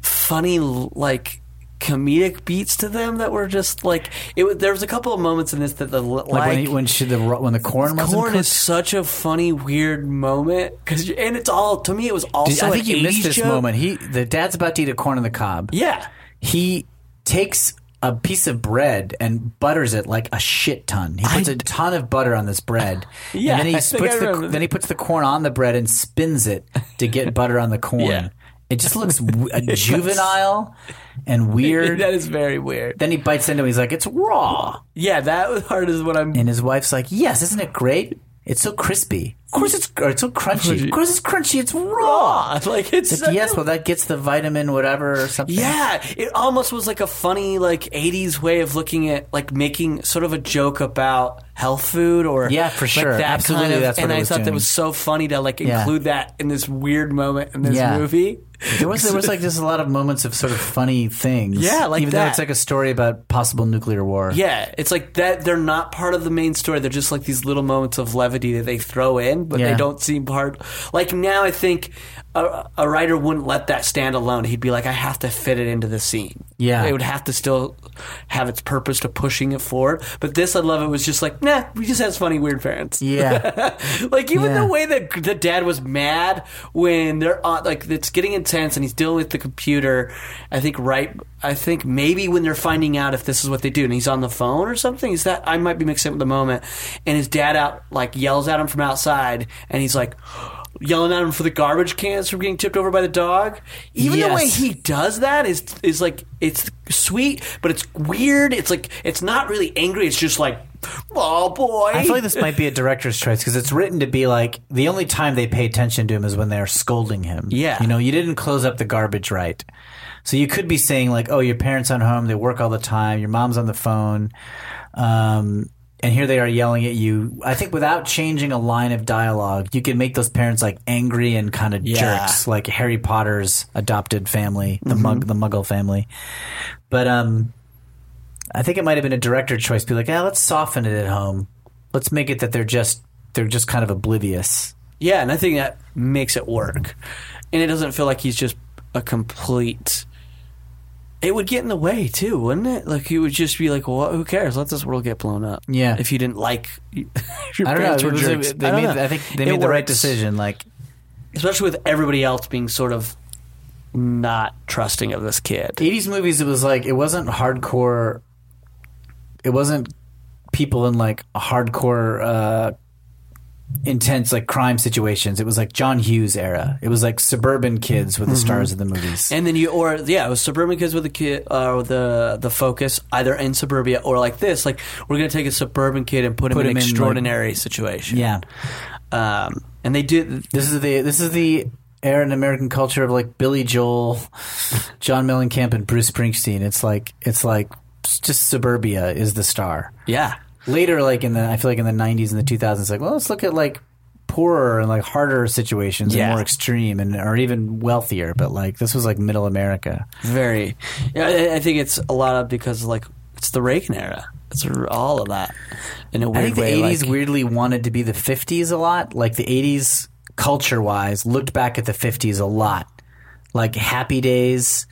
Speaker 2: funny, like comedic beats to them that were just like it. was- There was a couple of moments in this that the like,
Speaker 3: Like, when, he, when she the ro- when the corn wasn't
Speaker 2: corn
Speaker 3: cooked.
Speaker 2: is such a funny, weird moment because and it's all to me. It was also
Speaker 3: Did- I think
Speaker 2: an
Speaker 3: you missed
Speaker 2: 80s
Speaker 3: this
Speaker 2: joke.
Speaker 3: moment. He the dad's about to eat a corn on the cob.
Speaker 2: Yeah,
Speaker 3: He takes a piece of bread and butters it like a shit ton. He puts a ton of butter on this bread.
Speaker 2: Yeah,
Speaker 3: and then he
Speaker 2: I think
Speaker 3: puts
Speaker 2: I
Speaker 3: the
Speaker 2: remember.
Speaker 3: then he puts the corn on the bread and spins it to get butter on the corn.
Speaker 2: Yeah.
Speaker 3: It just looks w- juvenile and weird.
Speaker 2: that is very weird.
Speaker 3: then he bites into it. He's like, "It's raw,"
Speaker 2: Yeah, that part is what I'm.
Speaker 3: and his wife's like, "Yes, isn't it great? It's so crispy. Of course it's or it's so crunchy. Of course it's crunchy. It's raw."
Speaker 2: Ah, like it's
Speaker 3: It's
Speaker 2: such
Speaker 3: like,
Speaker 2: a
Speaker 3: yes, well, that gets the vitamin, whatever, or something.
Speaker 2: Yeah, it almost was like a funny like '80s way of looking at like making sort of a joke about health food or
Speaker 3: Yeah, for
Speaker 2: like,
Speaker 3: sure.
Speaker 2: that
Speaker 3: Absolutely,
Speaker 2: kind of-
Speaker 3: that's what
Speaker 2: and
Speaker 3: it
Speaker 2: I
Speaker 3: was
Speaker 2: thought
Speaker 3: doing.
Speaker 2: that was so funny to like
Speaker 3: Yeah.
Speaker 2: include that in this weird moment in this
Speaker 3: Yeah.
Speaker 2: movie.
Speaker 3: There was there was like just a lot of moments of sort of funny things.
Speaker 2: Yeah, like
Speaker 3: even though
Speaker 2: that.
Speaker 3: it's like a story about possible nuclear war.
Speaker 2: Yeah, it's like that. They're not part of the main story. They're just like these little moments of levity that they throw in, but
Speaker 3: Yeah.
Speaker 2: they don't seem part. Like now, I think a, a writer wouldn't let that stand alone. He'd be like, I have to fit it into the scene.
Speaker 3: Yeah.
Speaker 2: it would have to still have its purpose to pushing it forward. But this, I love it. Was just like, nah, we just has funny, weird parents.
Speaker 3: yeah,
Speaker 2: like even
Speaker 3: Yeah.
Speaker 2: the way that the dad was mad when they're on, like it's getting intense and he's dealing with the computer. I think right. I think maybe when they're finding out if this is what they do and he's on the phone or something. Is that I might be mixing up with the moment. And his dad out like yells at him from outside and he's like. Yelling at him for the garbage cans from getting tipped over by the dog. Even the way
Speaker 3: Yes.
Speaker 2: he does that is is like it's sweet, but it's weird. It's like it's not really angry. It's just like, oh boy.
Speaker 3: I feel like this might be a director's choice because it's written to be like the only time they pay attention to him is when they're scolding him.
Speaker 2: Yeah.
Speaker 3: you know, you didn't close up the garbage right, so you could be saying like, "Oh, your parents on home, they work all the time, your mom's on the phone." Um, and here they are yelling at you. I think without changing a line of dialogue, you can make those parents like angry and kind of jerks, like Harry Potter's adopted family,
Speaker 2: Mm-hmm.
Speaker 3: the mug, the Muggle family. But um, I think it might have been a director choice. Be like, ah, let's soften it at home. Let's make it that they're just they're just kind of oblivious.
Speaker 2: Yeah, and I think that makes it work. And it doesn't feel like he's just a complete. It would get in the way too, wouldn't it? Like you would just be like, "What? Who cares? Let this world get blown up."
Speaker 3: Yeah.
Speaker 2: If you didn't like, if your
Speaker 3: I don't
Speaker 2: parents
Speaker 3: know.
Speaker 2: were
Speaker 3: It was a-
Speaker 2: jerks.
Speaker 3: they
Speaker 2: I don't
Speaker 3: made-
Speaker 2: know.
Speaker 3: I think they
Speaker 2: It
Speaker 3: made the right
Speaker 2: works.
Speaker 3: decision. Like,
Speaker 2: especially with everybody else being sort of not trusting of this kid.
Speaker 3: 80s movies it was like it wasn't hardcore it wasn't people in like hardcore uh intense like crime situations it was like john hughes era it was like suburban kids with the stars of the movies
Speaker 2: And then you, or yeah, it was suburban kids with the kid, uh, with the the focus either in suburbia or like this. Like we're gonna take a suburban kid and put him
Speaker 3: Put
Speaker 2: in
Speaker 3: him
Speaker 2: an
Speaker 3: in, like-
Speaker 2: extraordinary situation.
Speaker 3: yeah
Speaker 2: Um, and they do.
Speaker 3: this is the this is the era in american culture of like billy joel john mellencamp and bruce springsteen it's like it's like just suburbia is the star
Speaker 2: Yeah.
Speaker 3: later, like in the, I feel like in the '90s and the 2000s, like, well, let's look at like poorer and like harder situations and
Speaker 2: Yeah.
Speaker 3: more extreme and or even wealthier. But like this was like middle America.
Speaker 2: Very. Yeah, I, I think it's a lot of because like it's the Reagan era. It's all of that in a weird
Speaker 3: I think the
Speaker 2: way.
Speaker 3: '80s
Speaker 2: like-
Speaker 3: weirdly wanted to be the '50s a lot. Like the '80s culture wise, looked back at the '50s a lot. Like happy days.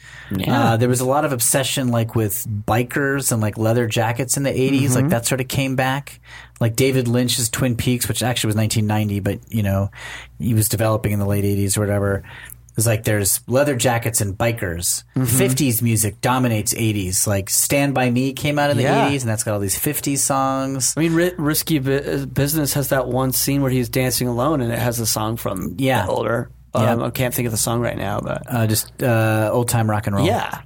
Speaker 3: Uh, there was a lot of obsession like with bikers and like leather jackets in the 80s.
Speaker 2: Mm-hmm.
Speaker 3: Like that sort of came back. Like David Lynch's Twin Peaks, which actually was 1990, but you know, he was developing in the late 80s or whatever. It's like there's leather jackets and bikers.
Speaker 2: Mm-hmm.
Speaker 3: 50s music dominates 80s. Like Stand By Me came out in the
Speaker 2: Yeah.
Speaker 3: 80s and that's got all these 50s songs.
Speaker 2: I mean, ri- risky Bu- business has that one scene where he's dancing alone, and it has a song from the
Speaker 3: Yeah.
Speaker 2: older. Um,
Speaker 3: Yeah.
Speaker 2: I can't think of the song right now, but
Speaker 3: Uh, just uh, old time rock and roll.
Speaker 2: yeah,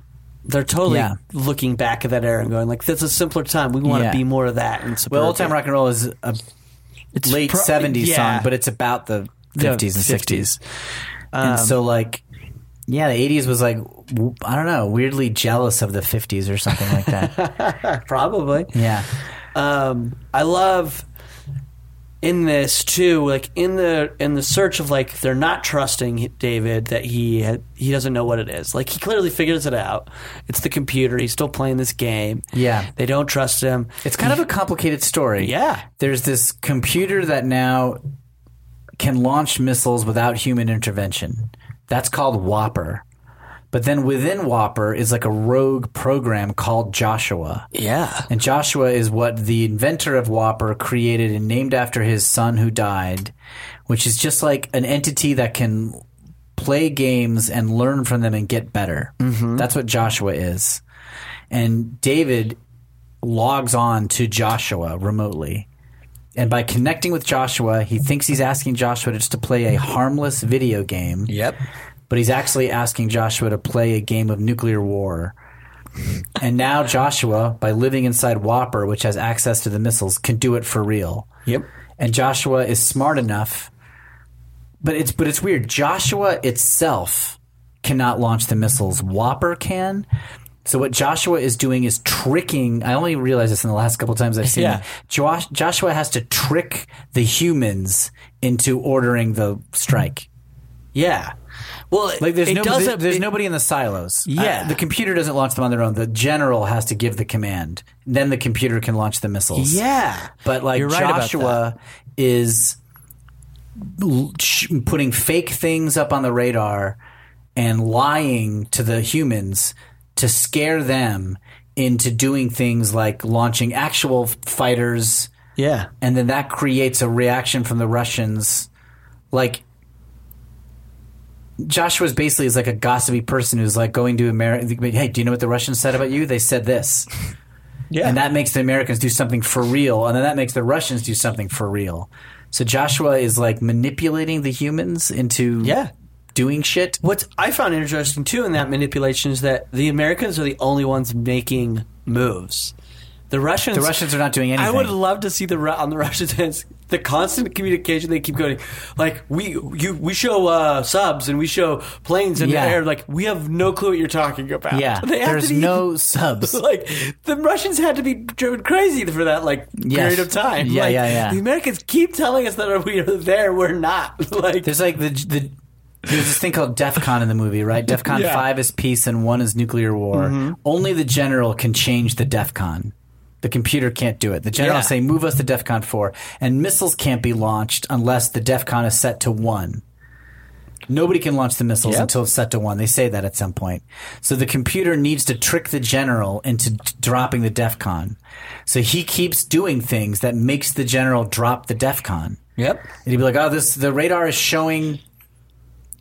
Speaker 2: they're totally
Speaker 3: Yeah.
Speaker 2: looking back at that era and going like, "That's a simpler time. We want to
Speaker 3: Yeah.
Speaker 2: be more of that." And
Speaker 3: Well, old time rock and roll is a
Speaker 4: It's
Speaker 3: late
Speaker 4: pro-
Speaker 3: 70s
Speaker 4: yeah.
Speaker 3: song, but it's about the
Speaker 4: Yeah,
Speaker 3: 50s and
Speaker 4: 50s.
Speaker 3: 60s. and so, like, yeah, the 80s was like, w- I don't know, weirdly jealous of the 50s or something like that.
Speaker 2: Probably.
Speaker 3: yeah.
Speaker 2: um, I love in this too, like in the in the search of like they're not trusting David that he had, he doesn't know what it is. Like he clearly figures it out. It's the computer. He's still playing this game.
Speaker 3: Yeah.
Speaker 2: they don't trust him.
Speaker 3: It's kind of a complicated story.
Speaker 2: Yeah.
Speaker 3: There's this computer that now can launch missiles without human intervention. That's called Whopper. But then within Whopper is like a rogue program called Joshua.
Speaker 2: Yeah,
Speaker 3: And Joshua is what the inventor of Whopper created and named after his son who died, which is just like an entity that can play games and learn from them and get better. That's what Joshua is. And David logs on to Joshua remotely. And by connecting with Joshua, he thinks he's asking Joshua just to play a harmless video game. Yep. But he's actually asking Joshua to play a game of nuclear war. And now Joshua, by living inside Whopper, which has access to the missiles, can do it for real. Yep. And Joshua is smart enough, but it's but it's weird. Joshua itself cannot launch the missiles. Whopper can. So what Joshua is doing is tricking. I only realized this in the last couple times I've seen
Speaker 4: Yeah.
Speaker 3: it. Josh, Joshua has to trick the humans into ordering the strike.
Speaker 2: yeah. Well,
Speaker 3: Like there's
Speaker 2: it
Speaker 3: nobody,
Speaker 2: doesn't.
Speaker 3: there's
Speaker 2: it-
Speaker 3: nobody in the silos.
Speaker 2: Yeah.
Speaker 3: Uh, the computer doesn't launch them on their own. The general has to give the command. Then the computer can launch the missiles.
Speaker 2: Yeah,
Speaker 3: but like
Speaker 4: You're right about
Speaker 3: Joshua is l- sh- putting fake things up on the radar and lying to the humans to scare them into doing things like launching actual f- fighters
Speaker 2: yeah.
Speaker 3: and then that creates a reaction from the Russians. Like Joshua's basically is like a gossipy person who's like going to America. Hey, do you know what the Russians said about you? They said this,
Speaker 4: Yeah.
Speaker 3: and that makes the Americans do something for real, and then that makes the Russians do something for real. So Joshua is like manipulating the humans into
Speaker 2: Yeah.
Speaker 3: doing shit.
Speaker 2: What I found interesting too in that manipulation is that the Americans are the only ones making moves. The Russians,
Speaker 3: The Russians are not doing anything.
Speaker 2: I would love to see the Ru- on the Russian ends the constant communication they keep going. Like we you we show uh, subs and we show planes in
Speaker 3: Yeah.
Speaker 2: the air. Like we have no clue what you're talking about.
Speaker 3: yeah,
Speaker 2: They have
Speaker 3: there's
Speaker 2: to be-
Speaker 3: no subs.
Speaker 2: Like the Russians had to be driven crazy for that like period of time.
Speaker 3: Yeah,
Speaker 2: Like,
Speaker 3: yeah, yeah.
Speaker 2: The Americans keep telling us that we are there, we're not. Like
Speaker 3: There's like the the there's this thing called DEFCON in the movie, right? DEFCON
Speaker 2: Yeah. Mm-hmm.
Speaker 3: five is peace and one is nuclear war. Only the general can change the DEFCON. The computer can't do it. The general
Speaker 2: Yeah.
Speaker 3: say, "Move us to DEFCON four, and missiles can't be launched unless the DEFCON is set to one. Nobody can launch the missiles
Speaker 2: Yep.
Speaker 3: until it's set to one. They say that at some point. So the computer needs to trick the general into d- dropping the DEFCON. So he keeps doing things that makes the general drop the DEFCON.
Speaker 2: Yep.
Speaker 3: And he'd be like, "Oh, this the radar is showing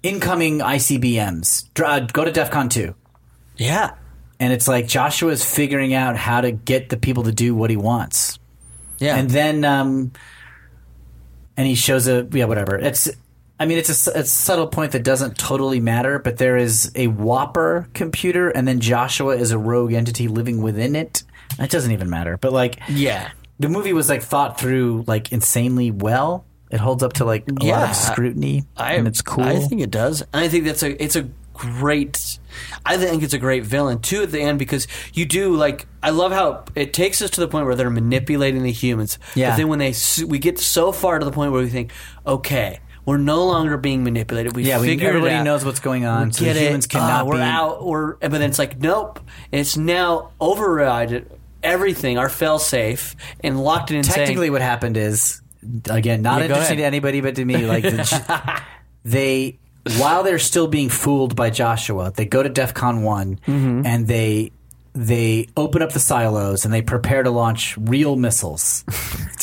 Speaker 3: incoming ICBMs. Dr- uh, go to DEFCON two.
Speaker 2: Yeah.
Speaker 3: And it's like Joshua's figuring out how to get the people to do what he wants.
Speaker 2: Yeah.
Speaker 3: And then, um, and he shows a yeah, whatever. It's, I mean, it's a, s- it's a subtle point that doesn't totally matter, but there is a Whopper computer, and then Joshua is a rogue entity living within it. It doesn't even matter, but like,
Speaker 2: yeah.
Speaker 3: the movie was like thought through like insanely well. It holds up to like a lot
Speaker 2: Yeah.
Speaker 3: of scrutiny, and it's cool.
Speaker 2: I think it does, and I think that's a it's a great. I think it's a great villain too at the end because you do like I love how it takes us to the point where they're manipulating the humans.
Speaker 3: Yeah.
Speaker 2: But then when they s- we get so far to the point where we think, okay, we're no longer being manipulated. We
Speaker 3: yeah, we,
Speaker 2: figured it
Speaker 3: everybody
Speaker 2: out.
Speaker 3: knows what's going on.
Speaker 2: We
Speaker 3: so the
Speaker 2: get it.
Speaker 3: humans cannot
Speaker 2: Ah, we're
Speaker 3: be
Speaker 2: out. We're but then it's like nope. It's now override everything. Our failsafe and locked it in. saying-
Speaker 3: Technically, what happened is again not
Speaker 2: Yeah, go
Speaker 3: interesting
Speaker 2: ahead.
Speaker 3: to anybody but to me. Like the, they, while they're still being fooled by Joshua, they go to DefCon one and they they open up the silos and they prepare to launch real missiles.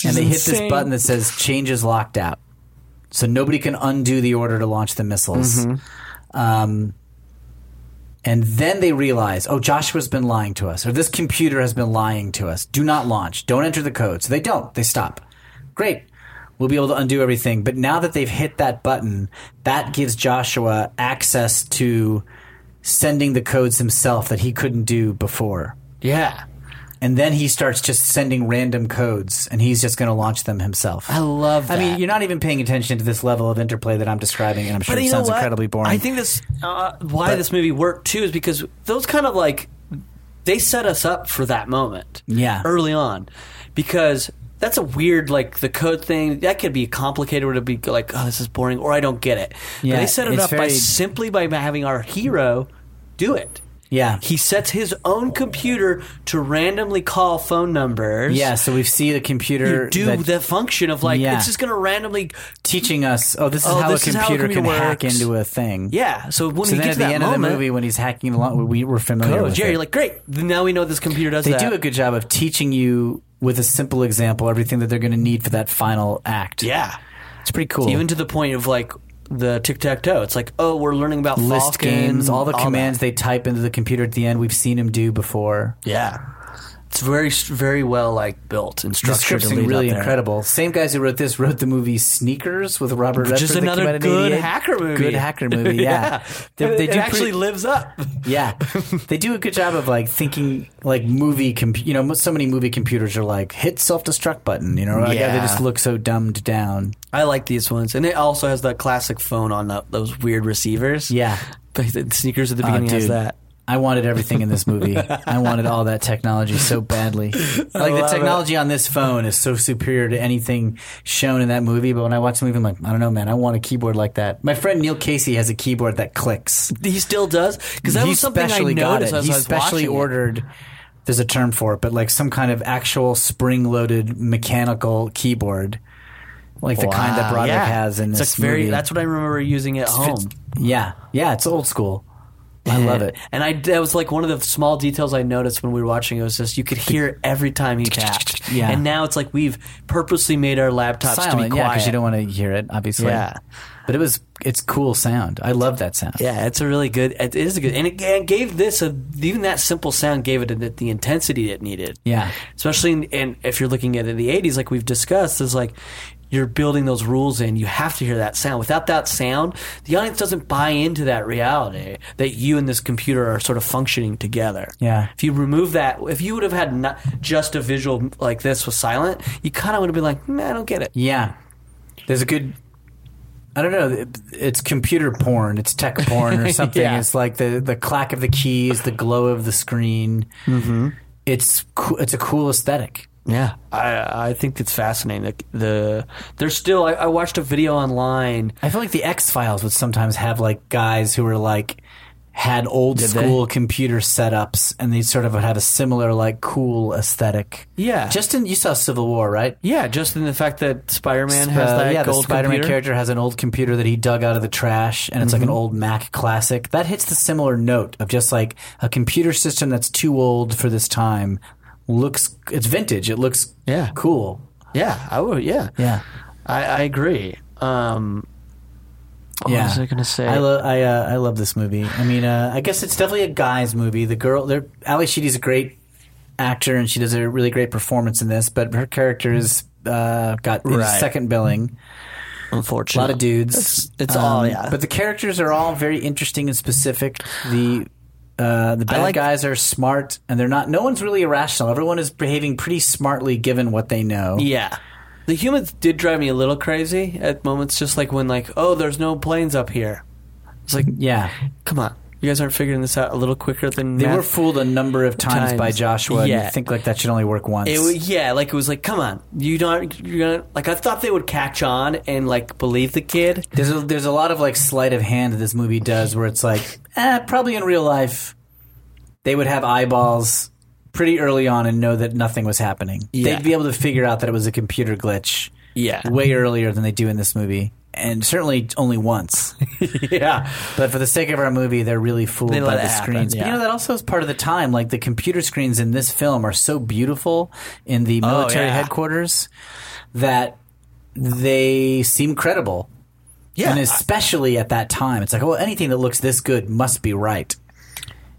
Speaker 3: and they hit this
Speaker 2: insane.
Speaker 3: button that says "Change is locked out," so nobody can undo the order to launch the missiles. Um, and then they realize, oh, Joshua's been lying to us, or this computer has been lying to us. Do not launch. Don't enter the code. So they don't. They stop. Great. We'll be able to undo everything. But now that they've hit that button, that gives Joshua access to sending the codes himself that he couldn't do before.
Speaker 2: yeah.
Speaker 3: and then he starts just sending random codes, and he's just going to launch them himself.
Speaker 2: I love
Speaker 3: I mean,
Speaker 2: that.
Speaker 3: you're not even paying attention to this level of interplay that I'm describing, and I'm sure
Speaker 2: But
Speaker 3: it
Speaker 2: you know
Speaker 3: sounds
Speaker 2: what?
Speaker 3: incredibly boring.
Speaker 2: I think this uh, why this movie worked too is because those kind of like they set us up for that moment.
Speaker 3: Yeah.
Speaker 2: early on, because that's a weird like the code thing that could be complicated or to be like oh this is boring or I don't get it.
Speaker 3: Yeah,
Speaker 2: but they set it
Speaker 3: it's
Speaker 2: up by
Speaker 3: very-
Speaker 2: simply by having our hero do it.
Speaker 3: yeah,
Speaker 2: He sets his own computer to randomly call phone numbers.
Speaker 3: yeah. So we see the computer
Speaker 2: You do
Speaker 3: that-
Speaker 2: the function of like
Speaker 3: Yeah.
Speaker 2: it's just going to randomly
Speaker 3: teaching us. Oh, this is
Speaker 2: Oh,
Speaker 3: how
Speaker 2: this
Speaker 3: a
Speaker 2: is how a
Speaker 3: computer can
Speaker 2: computer
Speaker 3: hack
Speaker 2: works.
Speaker 3: into a thing.
Speaker 2: yeah. So when
Speaker 3: So
Speaker 2: you
Speaker 3: then
Speaker 2: get
Speaker 3: at
Speaker 2: to
Speaker 3: the
Speaker 2: that
Speaker 3: end
Speaker 2: moment,
Speaker 3: of the movie, when he's hacking along, we were familiar
Speaker 2: Oh,
Speaker 3: with
Speaker 2: Jerry,
Speaker 3: it.
Speaker 2: you're like, great. Now we know this computer does
Speaker 3: they
Speaker 2: that.
Speaker 3: do a good job of teaching you with a simple example everything that they're going to need for that final act.
Speaker 2: Yeah.
Speaker 3: it's pretty cool.
Speaker 2: Even to the point of like the tic tac toe. It's like, oh, we're learning about
Speaker 3: list
Speaker 2: Falcon,
Speaker 3: games, all the commands
Speaker 2: that.
Speaker 3: they type into the computer at the end, we've seen him do before.
Speaker 2: Yeah. It's very, very well like built and
Speaker 3: The
Speaker 2: structured.
Speaker 3: script's
Speaker 2: and laid
Speaker 3: really
Speaker 2: out there.
Speaker 3: incredible. Same guys who wrote this wrote the movie Sneakers with Robert Redford.
Speaker 2: Just
Speaker 3: that came
Speaker 2: another
Speaker 3: out in
Speaker 2: good
Speaker 3: 88.
Speaker 2: hacker movie.
Speaker 3: Good hacker movie. Yeah, They, they
Speaker 2: it
Speaker 3: do
Speaker 2: actually
Speaker 3: pretty-
Speaker 2: lives up.
Speaker 3: Yeah, they do a good job of like thinking like movie. Com- you know, so many movie computers are like hit self destruct button. You know, like,
Speaker 2: Yeah.
Speaker 3: they just look so dumbed down.
Speaker 2: I like these ones, and it also has that classic phone on the, those weird receivers.
Speaker 3: Yeah.
Speaker 2: but the sneakers at the
Speaker 3: Oh,
Speaker 2: beginning has
Speaker 3: dude,
Speaker 2: that.
Speaker 3: I wanted everything in this movie. I wanted all that technology so badly. Like the
Speaker 2: love
Speaker 3: technology on this phone is so superior to anything shown in that movie. But when I watch the movie, I'm like, I don't know, man. I want a keyboard like that. My friend Neil Casey has a keyboard that clicks.
Speaker 2: He still does because that
Speaker 3: he
Speaker 2: was something I
Speaker 3: specially
Speaker 2: noticed.
Speaker 3: got it.
Speaker 2: as
Speaker 3: He
Speaker 2: I was
Speaker 3: specially
Speaker 2: watching it.
Speaker 3: ordered. There's a term for it, but like some kind of actual spring-loaded mechanical keyboard, like the kind that
Speaker 2: Wow,
Speaker 3: Broderick
Speaker 2: yeah.
Speaker 3: has in
Speaker 2: It's
Speaker 3: this
Speaker 2: like very,
Speaker 3: movie.
Speaker 2: That's what I remember using at home.
Speaker 3: yeah, yeah, it's old school.
Speaker 2: Eh.
Speaker 3: I love it.
Speaker 2: And I that was like one of the small details I noticed when we were watching. It was just you could hear it every time he tapped.
Speaker 3: Yeah.
Speaker 2: And now it's like we've purposely made our laptops to be
Speaker 3: Silent, yeah,
Speaker 2: quiet.
Speaker 3: because you don't want to hear it, obviously.
Speaker 2: Yeah.
Speaker 3: but it was it's cool sound. I love that sound.
Speaker 2: Yeah, it's a really good. It is a good, and it, and gave this a even that simple sound gave it the, the intensity it needed.
Speaker 3: Yeah.
Speaker 2: especially in, and if you're looking at it in the '80s, like we've discussed, is like you're building those rules in. You have to hear that sound. Without that sound, the audience doesn't buy into that reality that you and this computer are sort of functioning together.
Speaker 3: Yeah.
Speaker 2: If you remove that, if you would have had not just a visual like this with silent, you kind of would have been like, nah, I don't get it.
Speaker 3: Yeah. There's a good. I don't know. it- It's computer porn. It's tech porn or something.
Speaker 2: Yeah.
Speaker 3: It's like the the clack of the keys, the glow of the screen. Mm-hmm. It's coo- it's a cool aesthetic.
Speaker 2: Yeah, I I think it's fascinating. The, the there's still I, I watched a video online.
Speaker 3: I feel like the X Files would sometimes have like guys who were like had old
Speaker 2: they?
Speaker 3: school computer setups, and they sort of would have a similar like cool aesthetic.
Speaker 2: Yeah.
Speaker 3: Just in you saw Civil War, right?
Speaker 2: Yeah, just in the fact that Spider-Man has
Speaker 3: Uh,
Speaker 2: that
Speaker 3: yeah, the
Speaker 2: gold
Speaker 3: Spider-Man
Speaker 2: computer. Mm-hmm.
Speaker 3: character has an old computer that he dug out of the trash, and it's like an old Mac classic. That hits the similar note of just like a computer system that's too old for this time. Looks, it's vintage. It looks,
Speaker 2: Yeah.
Speaker 3: cool.
Speaker 2: Yeah, I would. Yeah,
Speaker 3: Yeah,
Speaker 2: I, I agree. Um, what
Speaker 3: yeah.
Speaker 2: was I gonna say?
Speaker 3: I, lo- I, uh, I love this movie. I mean, uh, I guess it's definitely a guy's movie. The girl, there, Ali Sheedy's a great actor, and she does a really great performance in this. But her character is uh, got is
Speaker 2: Right.
Speaker 3: second billing. A
Speaker 2: Unfortunately,
Speaker 3: lot of dudes. Um,
Speaker 2: It's, it's all yeah.
Speaker 3: But the characters are all very interesting and specific. The uh, the bad
Speaker 2: like-
Speaker 3: guys are smart, and they're not. No one's really irrational. Everyone is behaving pretty smartly given what they know.
Speaker 2: yeah, the humans did drive me a little crazy at moments. Just like when like, oh, there's no planes up here. It's like,
Speaker 3: Yeah.
Speaker 2: come on, you guys aren't figuring this out a little quicker than
Speaker 3: They
Speaker 2: math?
Speaker 3: were fooled a number of times, by
Speaker 2: Times.
Speaker 3: Joshua. And
Speaker 2: Yeah.
Speaker 3: you think like that should only work once.
Speaker 2: It wa- yeah, like it was like, come on, you don't, you're gonna like. I thought they would catch on and like believe the kid.
Speaker 3: there's a, there's a lot of like sleight of hand that this movie does, where it's like, eh, probably in real life, they would have eyeballs pretty early on and know that nothing was happening.
Speaker 2: Yeah.
Speaker 3: They'd be able to figure out that it was a computer glitch.
Speaker 2: Yeah,
Speaker 3: way earlier than they do in this movie, and certainly only once.
Speaker 2: yeah,
Speaker 3: but for the sake of our movie, they're really fooled
Speaker 2: They
Speaker 3: by
Speaker 2: let
Speaker 3: the
Speaker 2: it happen,
Speaker 3: screens. But you
Speaker 2: yeah.
Speaker 3: know that also is part of the time. Like the computer screens in this film are so beautiful in the military
Speaker 2: Oh, yeah.
Speaker 3: headquarters that they seem credible.
Speaker 2: yeah.
Speaker 3: And especially at that time, it's like, oh, anything that looks this good must be right.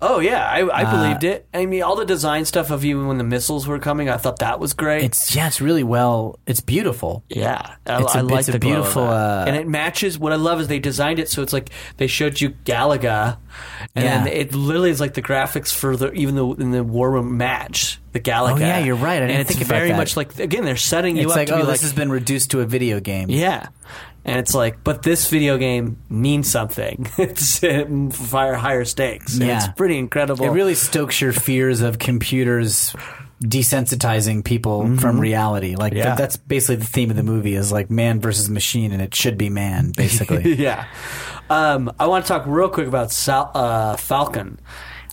Speaker 2: Oh yeah, I, I believed it. I mean, all the design stuff of even when the missiles were coming, I thought that was great.
Speaker 3: It's yeah, it's really well. It's beautiful.
Speaker 2: yeah, I,
Speaker 3: it's a-
Speaker 2: I like
Speaker 3: it's a
Speaker 2: the glow of
Speaker 3: beautiful,
Speaker 2: that.
Speaker 3: uh,
Speaker 2: and it matches. What I love is they designed it so it's like they showed you Galaga, and then
Speaker 3: Yeah.
Speaker 2: it literally is like the graphics for the even the in the war room match the Galaga.
Speaker 3: Oh, yeah, you're right. I didn't
Speaker 2: and it's
Speaker 3: think about
Speaker 2: very
Speaker 3: that.
Speaker 2: much like again they're setting you
Speaker 3: It's
Speaker 2: up
Speaker 3: like
Speaker 2: to
Speaker 3: oh,
Speaker 2: be
Speaker 3: this
Speaker 2: like
Speaker 3: has been reduced to a video game.
Speaker 2: yeah. And it's like, but this video game means something. it's uh, fire higher stakes. And
Speaker 3: Yeah.
Speaker 2: it's pretty incredible.
Speaker 3: It really stokes your fears of computers desensitizing people from reality. Like
Speaker 2: Mm-hmm. Yeah.
Speaker 3: th- that's basically the theme of the movie is like man versus machine, and it should be man basically.
Speaker 2: yeah. Um, I want to talk real quick about Sal- uh, Falcon.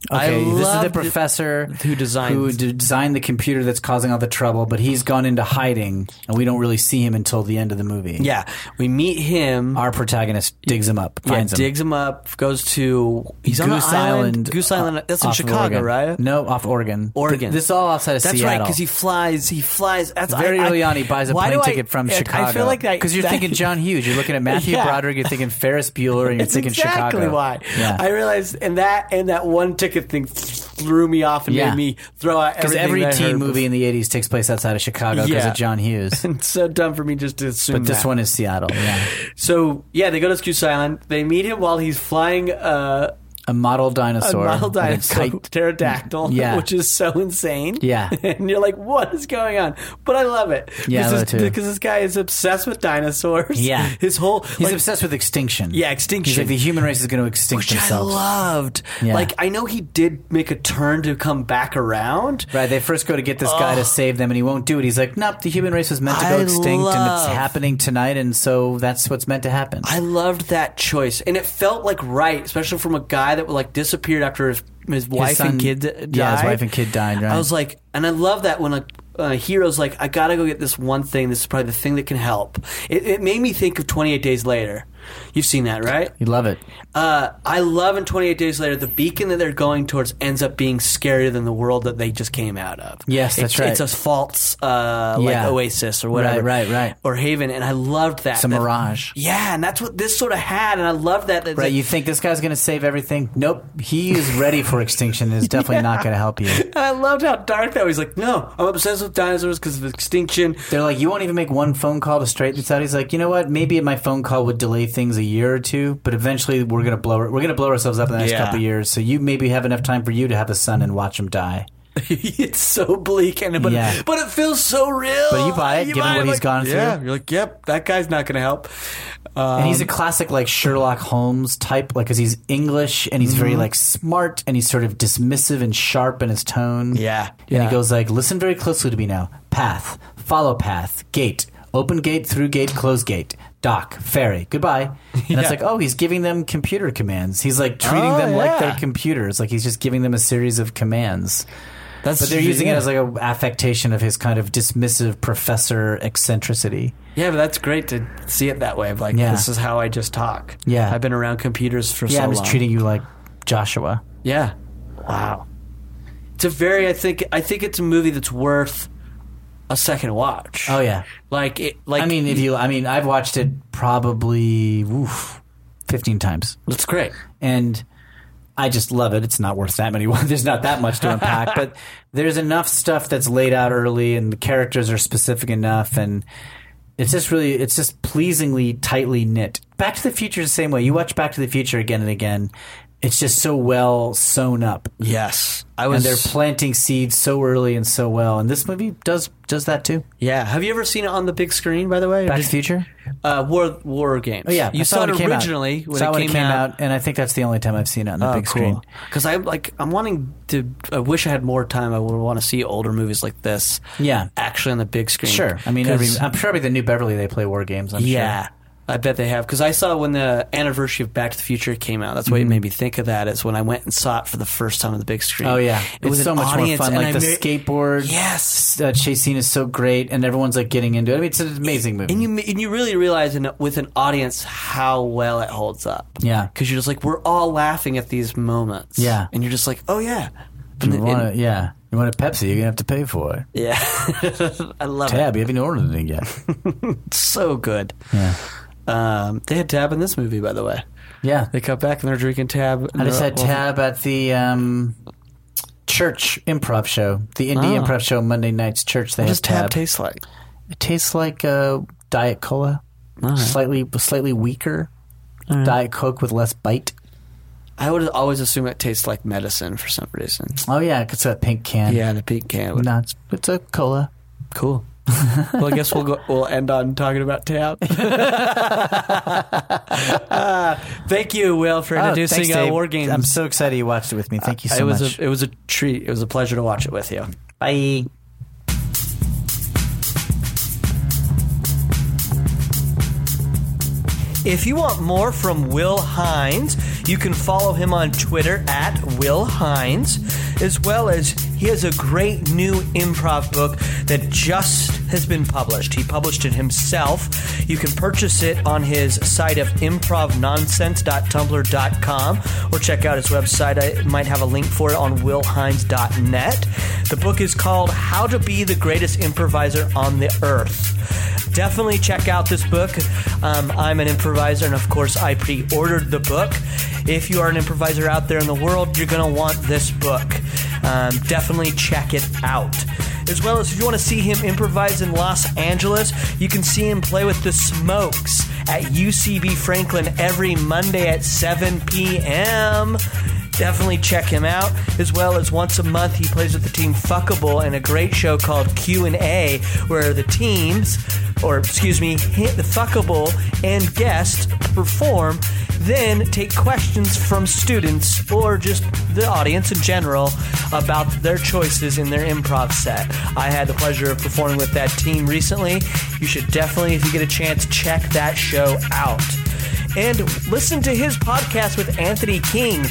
Speaker 2: I
Speaker 3: Okay, this is the
Speaker 2: loved-
Speaker 3: professor
Speaker 2: who designed-
Speaker 3: who d- designed the computer that's causing all the trouble, but he's gone into hiding, and we don't really see him until the end of the movie.
Speaker 2: Yeah, we meet him.
Speaker 3: our protagonist digs him up,
Speaker 2: yeah,
Speaker 3: finds him.
Speaker 2: digs him up. Goes to he's
Speaker 3: Goose
Speaker 2: on an
Speaker 3: Island,
Speaker 2: Goose Island.
Speaker 3: uh,
Speaker 2: that's in
Speaker 3: off of
Speaker 2: Chicago,
Speaker 3: Oregon.
Speaker 2: right?
Speaker 3: No, off Oregon.
Speaker 2: Oregon.
Speaker 3: Th- this is all outside of
Speaker 2: That's
Speaker 3: Seattle.
Speaker 2: right, because he flies. He flies. That's
Speaker 3: very
Speaker 2: I,
Speaker 3: early
Speaker 2: I,
Speaker 3: on, he buys a
Speaker 2: why
Speaker 3: plane
Speaker 2: do I-
Speaker 3: ticket from
Speaker 2: I-
Speaker 3: Chicago.
Speaker 2: I feel like that
Speaker 3: because you're
Speaker 2: that-
Speaker 3: thinking John Hughes, you're looking at Matthew
Speaker 2: Yeah.
Speaker 3: Broderick, you're thinking Ferris Bueller, and you're
Speaker 2: It's
Speaker 3: thinking
Speaker 2: exactly
Speaker 3: Chicago.
Speaker 2: why.
Speaker 3: Yeah.
Speaker 2: I realized, and that and that one ticket thing threw me off and
Speaker 3: Yeah.
Speaker 2: made me throw out
Speaker 3: because
Speaker 2: everything.
Speaker 3: every
Speaker 2: that I
Speaker 3: teen
Speaker 2: heard
Speaker 3: movie in the '80s takes place outside of Chicago because
Speaker 2: Yeah.
Speaker 3: of John Hughes,
Speaker 2: before. It's so dumb for me just to assume.
Speaker 3: but this
Speaker 2: that.
Speaker 3: one is Seattle. Yeah.
Speaker 2: So yeah, they go to Goose Island. They meet him while he's flying uh,
Speaker 3: A model
Speaker 2: a
Speaker 3: dinosaur,
Speaker 2: model
Speaker 3: with a
Speaker 2: dinosaur
Speaker 3: kite.
Speaker 2: pterodactyl,
Speaker 3: Yeah.
Speaker 2: which is so insane.
Speaker 3: Yeah.
Speaker 2: and you're like, what is going on? But I love it.
Speaker 3: Yeah, I
Speaker 2: This
Speaker 3: love
Speaker 2: is-
Speaker 3: it too.
Speaker 2: Because this guy is obsessed with dinosaurs.
Speaker 3: Yeah.
Speaker 2: his whole
Speaker 3: He's
Speaker 2: like,
Speaker 3: obsessed with extinction.
Speaker 2: yeah
Speaker 3: He's
Speaker 2: extinction.
Speaker 3: like the human race is going to extinct
Speaker 2: which I
Speaker 3: themselves.
Speaker 2: loved.
Speaker 3: Yeah.
Speaker 2: Like I know he did make a turn to come back around.
Speaker 3: Right, they first go to get this guy to save them, and he won't do it. He's like, "Nope, the human race was meant to go
Speaker 2: I
Speaker 3: extinct, and it's
Speaker 2: love-
Speaker 3: happening tonight, and so that's what's meant to happen."
Speaker 2: I loved that choice, and it felt like right, especially from a guy that like disappeared after his, his wife
Speaker 3: son-
Speaker 2: and kid died.
Speaker 3: yeah, his wife and kid died, right.
Speaker 2: I was like, and I love that when a, a hero's like, I gotta go get this one thing. This is probably the thing that can help. It, it made me think of Twenty Eight Days Later. You've seen that, right?
Speaker 3: you love it.
Speaker 2: Uh, I love in Twenty Eight Days Later the beacon that they're going towards ends up being scarier than the world that they just came out of.
Speaker 3: Yes, that's
Speaker 2: it's,
Speaker 3: right.
Speaker 2: It's a false uh,
Speaker 3: Yeah.
Speaker 2: like Oasis or whatever,
Speaker 3: Right, right, right.
Speaker 2: or Haven, and I loved that.
Speaker 3: It's a
Speaker 2: that-
Speaker 3: mirage.
Speaker 2: yeah, and that's what this sort of had, and I love that. that
Speaker 3: Right, you think this guy's going to save everything? Nope, he is ready for extinction and is definitely not going to help you.
Speaker 2: and I loved how dark that was. He's like, no, I'm obsessed with dinosaurs because of extinction.
Speaker 3: They're like, you won't even make one phone call to straighten this out. He's like, you know what? Maybe my phone call would delay things a year or two, but eventually we're going to blow we're going to blow ourselves up in the next
Speaker 2: Yeah.
Speaker 3: couple of years. So you maybe have enough time for you to have a son and watch him die.
Speaker 2: it's so bleak, and but
Speaker 3: Yeah.
Speaker 2: but it feels so real.
Speaker 3: But you buy it, given what
Speaker 2: he's
Speaker 3: he's gone through.
Speaker 2: Yeah, you're like, yep, that guy's not going to help. Um,
Speaker 3: And he's a classic like Sherlock Holmes type, like because he's English and he's very like smart and he's sort of dismissive and sharp in his tone.
Speaker 2: Yeah.
Speaker 3: and
Speaker 2: Yeah.
Speaker 3: he goes like, "Listen very closely to me now. Path, follow path, gate, open gate, through gate, close gate, dock, ferry, goodbye." And it's like, oh, he's giving them computer commands. He's like treating
Speaker 2: Oh,
Speaker 3: them like
Speaker 2: yeah.
Speaker 3: they're computers. Like he's just giving them a series of commands.
Speaker 2: that's
Speaker 3: But they're using it as like a affectation of his kind of dismissive professor eccentricity.
Speaker 2: yeah, but that's great to see it that way. Of like,
Speaker 3: Yeah.
Speaker 2: this is how I just talk.
Speaker 3: Yeah.
Speaker 2: I've been around computers for
Speaker 3: Yeah,
Speaker 2: so
Speaker 3: I'm just
Speaker 2: long.
Speaker 3: treating you like Joshua.
Speaker 2: yeah, wow. It's a very. I think. I think it's a movie that's worth a second watch.
Speaker 3: Oh yeah.
Speaker 2: Like it. Like
Speaker 3: I mean, if you, I mean, I've watched it probably oof, fifteen times,
Speaker 2: it's great.
Speaker 3: and I just love it. It's not worth that many. There's not that much to unpack, but there's enough stuff that's laid out early, and the characters are specific enough, and it's just really, it's just pleasingly tightly knit. Back to the Future is the same way. You watch Back to the Future again and again. It's just so well sewn up,
Speaker 2: Yes, I
Speaker 3: and
Speaker 2: was.
Speaker 3: they're planting seeds so early and so well. And this movie does does that too.
Speaker 2: yeah, have you ever seen it on the big screen? By the way,
Speaker 3: Back
Speaker 2: Just-
Speaker 3: to the Future.
Speaker 2: uh, War War Games.
Speaker 3: Oh, yeah,
Speaker 2: you
Speaker 3: I
Speaker 2: saw,
Speaker 3: when
Speaker 2: it
Speaker 3: came out.
Speaker 2: originally when,
Speaker 3: Saw
Speaker 2: it, came out. Oh,
Speaker 3: and I think that's the only time I've seen it on the big screen.
Speaker 2: Because I like, I'm wanting to. I wish I had more time. I would want to see older movies like this.
Speaker 3: Yeah.
Speaker 2: actually on the big screen.
Speaker 3: Sure, I mean,
Speaker 2: 'Cause-
Speaker 3: every, I'm sure with the new Beverly they play war games. I'm
Speaker 2: yeah.
Speaker 3: sure.
Speaker 2: I bet they have because I saw when the anniversary of Back to the Future came out. That's
Speaker 3: Mm-hmm.
Speaker 2: what made me think of that. Is when I went and saw it for the first time on the big screen.
Speaker 3: Oh yeah,
Speaker 2: it was
Speaker 3: It's so
Speaker 2: an
Speaker 3: much
Speaker 2: audience,
Speaker 3: more fun.
Speaker 2: and
Speaker 3: Like
Speaker 2: I
Speaker 3: the
Speaker 2: made-
Speaker 3: skateboard.
Speaker 2: Yes,
Speaker 3: Uh, chase scene is so great, and everyone's like getting into it. I mean, it's an amazing movie.
Speaker 2: And you and you really realize in, with an audience how well it holds up.
Speaker 3: Yeah.
Speaker 2: because you're just like we're all laughing at these moments.
Speaker 3: Yeah.
Speaker 2: and you're just like, oh yeah,
Speaker 3: You want a- yeah, you want a Pepsi? You're gonna have to pay for it.
Speaker 2: yeah. I love it.
Speaker 3: Tab, you haven't ordered it yet.
Speaker 2: It's so good.
Speaker 3: Yeah.
Speaker 5: Um, they had tab in this movie, by the way.
Speaker 3: Yeah.
Speaker 5: They cut back and they're drinking tab.
Speaker 3: I just had tab at the um, church improv show, the indie
Speaker 5: Oh.
Speaker 3: improv show Monday nights church. They
Speaker 5: What
Speaker 3: have
Speaker 5: does tab,
Speaker 3: tab.
Speaker 5: taste like?
Speaker 3: it tastes like uh, diet cola, slightly slightly weaker. Diet Coke with less bite.
Speaker 5: I would always assume it tastes like medicine for some reason.
Speaker 3: Oh yeah, it's a pink can.
Speaker 5: Yeah, the pink can. would-
Speaker 3: no, it's, it's a cola.
Speaker 5: Cool. well, I guess we'll go, we'll end on talking about tab. Uh, thank you, Will, for
Speaker 3: Oh,
Speaker 5: introducing
Speaker 3: thanks,
Speaker 5: uh,
Speaker 3: Dave.
Speaker 5: War Games. Uh,
Speaker 3: I'm so excited you watched it with me. Thank you so
Speaker 5: it was
Speaker 3: much.
Speaker 5: a it was a treat. It was a pleasure to watch it with you.
Speaker 3: Bye.
Speaker 2: If you want more from Will Hines, you can follow him on Twitter at Will Hines, as well as he has a great new improv book that just has been published. He published it himself. You can purchase it on his site of improvnonsense.tumblr.com or check out his website. I might have a link for it on willhines.net. The book is called How to Be the Greatest Improviser on the Earth definitely check out this book. Um, I'm an improviser, and of course, I pre ordered the book. If you are an improviser out there in the world, you're going to want this book. Um, definitely check it out. As well as if you want to see him improvise in Los Angeles, you can see him play with the Smokes at UCB Franklin every Monday at 7 p.m. Definitely check him out, as well as once a month he plays with the team Fuckable in a great show called Q and A, where the teams, or excuse me, hi- the Fuckable and guests perform, then take questions from students or just the audience in general about their choices in their improv set. I had the pleasure of performing with that team recently. You should definitely, if you get a chance, check that show out and listen to his podcast with Anthony King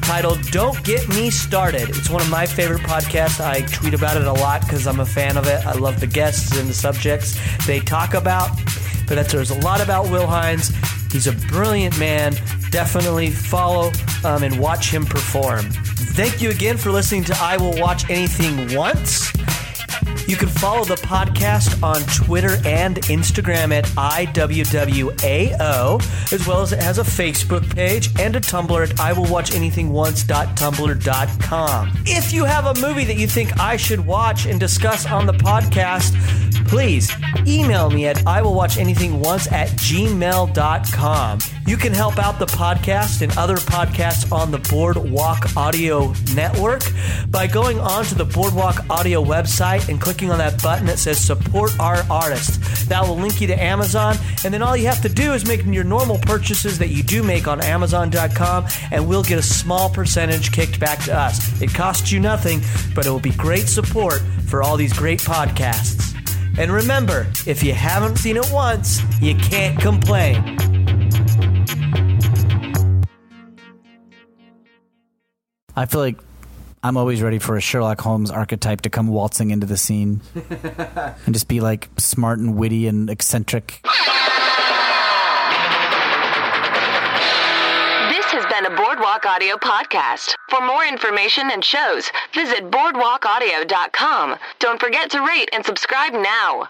Speaker 2: titled Don't Get Me Started. It's one of my favorite podcasts. I tweet about it a lot because I'm a fan of it. I love the guests and the subjects they talk about. But that's, there's a lot about Will Hines. He's a brilliant man. Definitely follow um, and watch him perform. Thank you again for listening to I Will Watch Anything Once. You can follow the podcast on Twitter and Instagram at IWWAO, as well as it has a Facebook page and a Tumblr at IWillWatchAnythingOnce.tumblr.com. If you have a movie that you think I should watch and discuss on the podcast, please email me at IWillWatchAnythingOnce at gmail.com. You can help out the podcast and other podcasts on the Boardwalk Audio Network by going on to the Boardwalk Audio website and clicking on that button that says Support Our Artist. That will link you to Amazon. And then all you have to do is make your normal purchases that you do make on Amazon.com, and we'll get a small percentage kicked back to us. It costs you nothing, but it will be great support for all these great podcasts. And remember, if you haven't seen it once, you can't complain.
Speaker 3: I feel like I'm always ready for a Sherlock Holmes archetype to come waltzing into the scene and just be like smart and witty and eccentric.
Speaker 1: This has been a Boardwalk Audio podcast. For more information and shows, visit boardwalkaudio.com. Don't forget to rate and subscribe now.